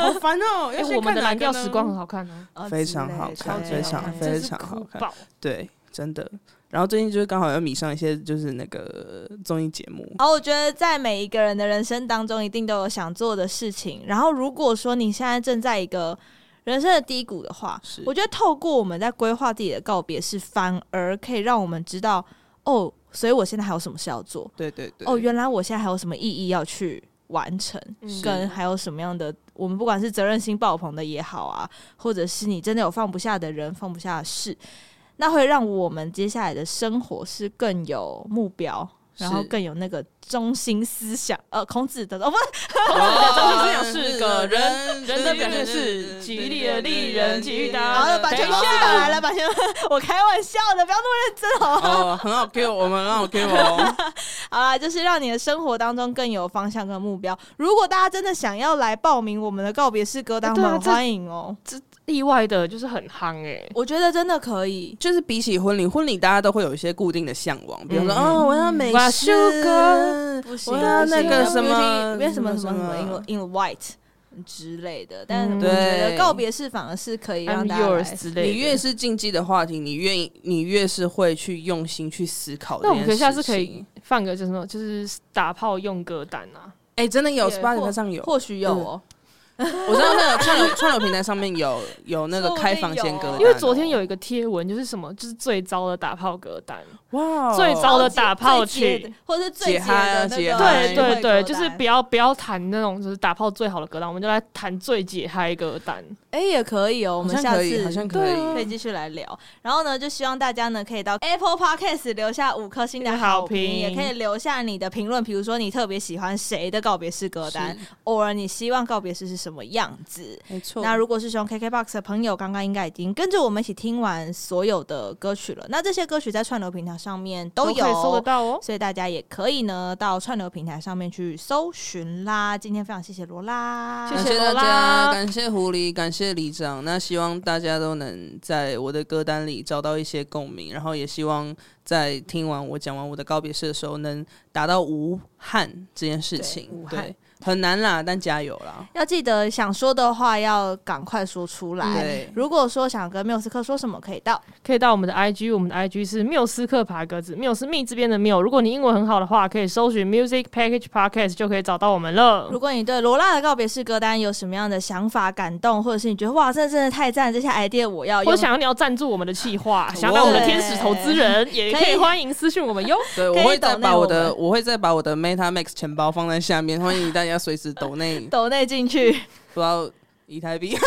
Speaker 1: 办好烦哦、要
Speaker 3: 哎，
Speaker 1: 先
Speaker 3: 我们
Speaker 1: 看
Speaker 3: 的
Speaker 1: 哪
Speaker 3: 蓝
Speaker 1: 个
Speaker 3: 调
Speaker 1: 呢
Speaker 3: 时光很好看哦，
Speaker 2: 哦
Speaker 1: 非常好看
Speaker 2: 之类的
Speaker 1: 非常
Speaker 2: 对
Speaker 1: 非
Speaker 3: 真
Speaker 1: 常
Speaker 3: 是
Speaker 1: 好
Speaker 3: 哭
Speaker 1: 看
Speaker 3: 爆。
Speaker 1: 对。真的。然后最近就是刚好要迷上一些就是那个综艺节
Speaker 3: 哦
Speaker 1: 目，
Speaker 2: 好，我觉得在每一个人的人生当中，一定都有想做的事情。然后，如果说你现在正在一个人生的低谷的话
Speaker 1: 是，
Speaker 2: 我觉得透过我们在规划自己的告别式，反而可以让我们知道，哦，所以我现在还有什么事要做？
Speaker 1: 对对对，
Speaker 2: 哦，原来我现在还有什么意义要去完成，
Speaker 3: 嗯
Speaker 2: 跟还有什么样的，我们不管是责任心爆棚的也好啊，或者是你真的有放不下的人、放不下的事，那会让我们接下来的生活是更有目标，然后
Speaker 1: 是
Speaker 2: 更有那个中心思想。呃，孔子的哦不，
Speaker 3: 哦这就是个人人的表现是极力的利人极欲
Speaker 1: 啊
Speaker 3: 达
Speaker 2: 好了，把
Speaker 3: 等
Speaker 2: 全
Speaker 3: 一
Speaker 2: 部来了，把全 我开玩笑的，不要那么认真好不好？
Speaker 1: 哦，很好 Q，我们很好 Q 哦，
Speaker 2: 好啦，就是让你的生活当中更有方向跟目标。如果大家真的想要来报名我们的告别式歌单
Speaker 3: 哎对啊
Speaker 2: 榜，
Speaker 3: 这
Speaker 2: 欢迎哦、
Speaker 3: 意外的就是很夯哎，
Speaker 2: 我觉得真的可以。
Speaker 1: 就是比起婚礼，婚礼大家都会有一些固定的向往，比如说
Speaker 3: 嗯
Speaker 1: 哦，我要美
Speaker 3: 我要
Speaker 1: 式
Speaker 3: sugar，
Speaker 2: 不行，
Speaker 1: 我要那个什么
Speaker 2: 为什么嗯什
Speaker 1: 什么
Speaker 2: 么什么 in
Speaker 1: 什么
Speaker 2: the- in the white 之类的。但我
Speaker 3: 嗯
Speaker 2: 觉得
Speaker 1: 对
Speaker 2: 告别式反而是可以
Speaker 3: I'm
Speaker 2: 让大家来
Speaker 3: yours 之类的。啊哎
Speaker 1: 你越是禁忌的话题，你愿意，你越是会去用心去思考这
Speaker 3: 那我
Speaker 1: 件事情。
Speaker 3: 们可以下次可以放个就是什么，就是打炮用歌单啊。
Speaker 1: 哎、真的有
Speaker 2: 对
Speaker 1: Spotify 上有，
Speaker 2: 或许有哦、
Speaker 1: 我知道那个串流串流平台上面有有那
Speaker 2: 说
Speaker 1: 个
Speaker 2: 不定
Speaker 1: 开放间歌单哦、
Speaker 2: 有
Speaker 3: 啊因为昨天有一个贴文，就是什么，就是最糟的打炮歌单，
Speaker 1: 哇哦
Speaker 3: 最糟的打炮
Speaker 2: 最解
Speaker 3: 曲
Speaker 2: 的。或者是最
Speaker 1: 解嗨啊
Speaker 2: 解
Speaker 1: 解
Speaker 2: 的那
Speaker 1: 嗨嗨
Speaker 2: 个
Speaker 3: 对对
Speaker 2: 聚会
Speaker 3: 对，
Speaker 2: 歌
Speaker 3: 就是
Speaker 2: 单
Speaker 3: 不要不要谈那种就是打炮最好的歌单，我们就来谈最解嗨歌单。
Speaker 2: 哎、也可以哦、我
Speaker 1: 好
Speaker 2: 们
Speaker 1: 像
Speaker 2: 下
Speaker 1: 可
Speaker 2: 次
Speaker 1: 以，好像可以，
Speaker 2: 可以继续来聊。然后呢，就希望大家呢可以到 Apple Podcast 留下五颗星的好评，
Speaker 3: 好评
Speaker 2: 也可以留下你的评论，比如说你特别喜欢谁的告别式歌单，偶尔你希望告别式是什么样子。
Speaker 1: 没错。
Speaker 2: 那如果是使用 KKBOX 的朋友，刚刚应该已经跟着我们一起听完所有的歌曲了。那这些歌曲在串流平台上面都有
Speaker 3: 可以搜得到哦。
Speaker 2: 所以大家也可以呢到串流平台上面去搜寻啦。今天非常谢谢罗拉，
Speaker 3: 谢
Speaker 1: 感
Speaker 3: 谢
Speaker 1: 谢大
Speaker 3: 罗拉
Speaker 1: 家，感谢狐狸，感谢里长。那希望大家都能在我的歌单里找到一些共鸣，然后也希望在听完我讲完我的告别式的时候，能达到无憾这件事情
Speaker 2: 对无。憾
Speaker 1: 对，很难啦，但加油啦！
Speaker 2: 要记得想说的话要赶快说出来。
Speaker 1: 对，
Speaker 2: 如果说想跟缪斯克说什么，可以到
Speaker 3: 可以到我们的 IG，我们的 IG 是缪斯克爬格子，缪是密这边的缪。如果你英文很好的话，可以搜寻 Music Package Podcast 就可以找到我们了
Speaker 2: 如。果你对罗拉的告别式歌单有什么样的想法、感动，或者是你觉得哇，这真的太赞，这些 idea 我要
Speaker 3: 或
Speaker 2: 用
Speaker 3: 者。想要你要赞助我们的企 划，想要当我们的天使投资人，也
Speaker 2: 可
Speaker 3: 可
Speaker 2: 以哦
Speaker 3: 以欢迎私讯我们 哟。
Speaker 1: 对
Speaker 2: 可以
Speaker 1: 我会再
Speaker 2: 抖内
Speaker 1: 把我
Speaker 2: 我
Speaker 1: 的
Speaker 2: 们
Speaker 1: 我会再把我的 Meta Max 钱包放在下面，欢迎大家随时抖内，
Speaker 2: 抖内进去，
Speaker 1: 不要以太 币。
Speaker 2: 哎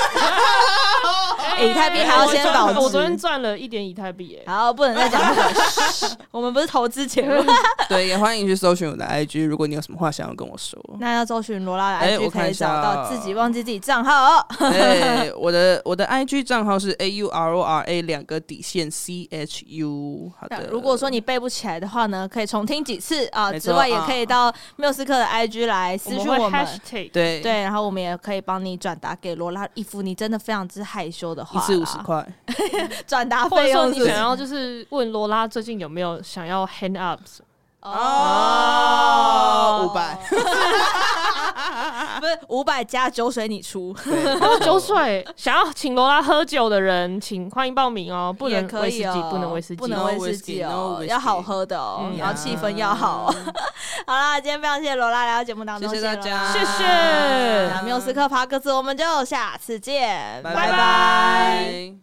Speaker 2: 以太币还要先保值
Speaker 3: 我昨天赚了一点以太币，哎，
Speaker 2: 然后不能再讲这个，嘘我们不是投资节目。
Speaker 1: 对，也欢迎去搜寻我的 IG，如果你有什么话想要跟我说。
Speaker 2: 那要搜寻罗拉的
Speaker 1: 哎
Speaker 2: IG
Speaker 1: 我
Speaker 2: 可
Speaker 1: 看
Speaker 2: 以
Speaker 1: 一下
Speaker 2: 找
Speaker 1: 啊
Speaker 2: 到自己忘记自己账号哦。
Speaker 1: 对，哎我的我的 IG 账号是 A U R O R A 两个底线 C H U。好的，
Speaker 2: 如果说你背不起来的话呢，可以重听几次啊。
Speaker 1: 呃没错
Speaker 2: 之外，也
Speaker 1: 啊
Speaker 2: 可以到缪斯克的 IG 来私讯
Speaker 3: 我
Speaker 2: 我
Speaker 3: 们
Speaker 2: 们
Speaker 3: 会。hashtag
Speaker 1: 对
Speaker 2: 对，然后我们也可以帮你转达给罗拉一夫，你真的非常之害羞的
Speaker 1: 一
Speaker 2: 话啦，
Speaker 1: 次五十块，
Speaker 2: 转达
Speaker 3: 或者
Speaker 2: 费
Speaker 3: 说
Speaker 2: 用
Speaker 3: 你
Speaker 2: 是
Speaker 3: 想要就是问罗拉最近有没有想要 hand up，
Speaker 1: 哦500
Speaker 2: 不是五百加酒水你出，
Speaker 3: 喝酒水，想要请罗拉喝酒的人，请欢迎报名哦，不
Speaker 2: 也
Speaker 3: 能
Speaker 2: 可
Speaker 3: 威士
Speaker 2: 以
Speaker 3: 忌，
Speaker 2: 哦，
Speaker 3: 不能威士
Speaker 2: 不
Speaker 3: 忌。
Speaker 1: No
Speaker 2: 能威士忌
Speaker 1: whisky,
Speaker 2: 哦
Speaker 1: no
Speaker 2: 要好
Speaker 1: whisky
Speaker 2: 喝的哦，
Speaker 3: 嗯
Speaker 2: 然后气氛要好。 好啦，今天非常谢谢罗拉来到节目 当
Speaker 1: 谢
Speaker 2: 中，
Speaker 1: 谢大
Speaker 2: 罗拉
Speaker 1: 家，
Speaker 3: 谢谢
Speaker 2: 那缪斯克爬格子，我们就下次见，
Speaker 1: 拜
Speaker 2: 拜
Speaker 1: 拜。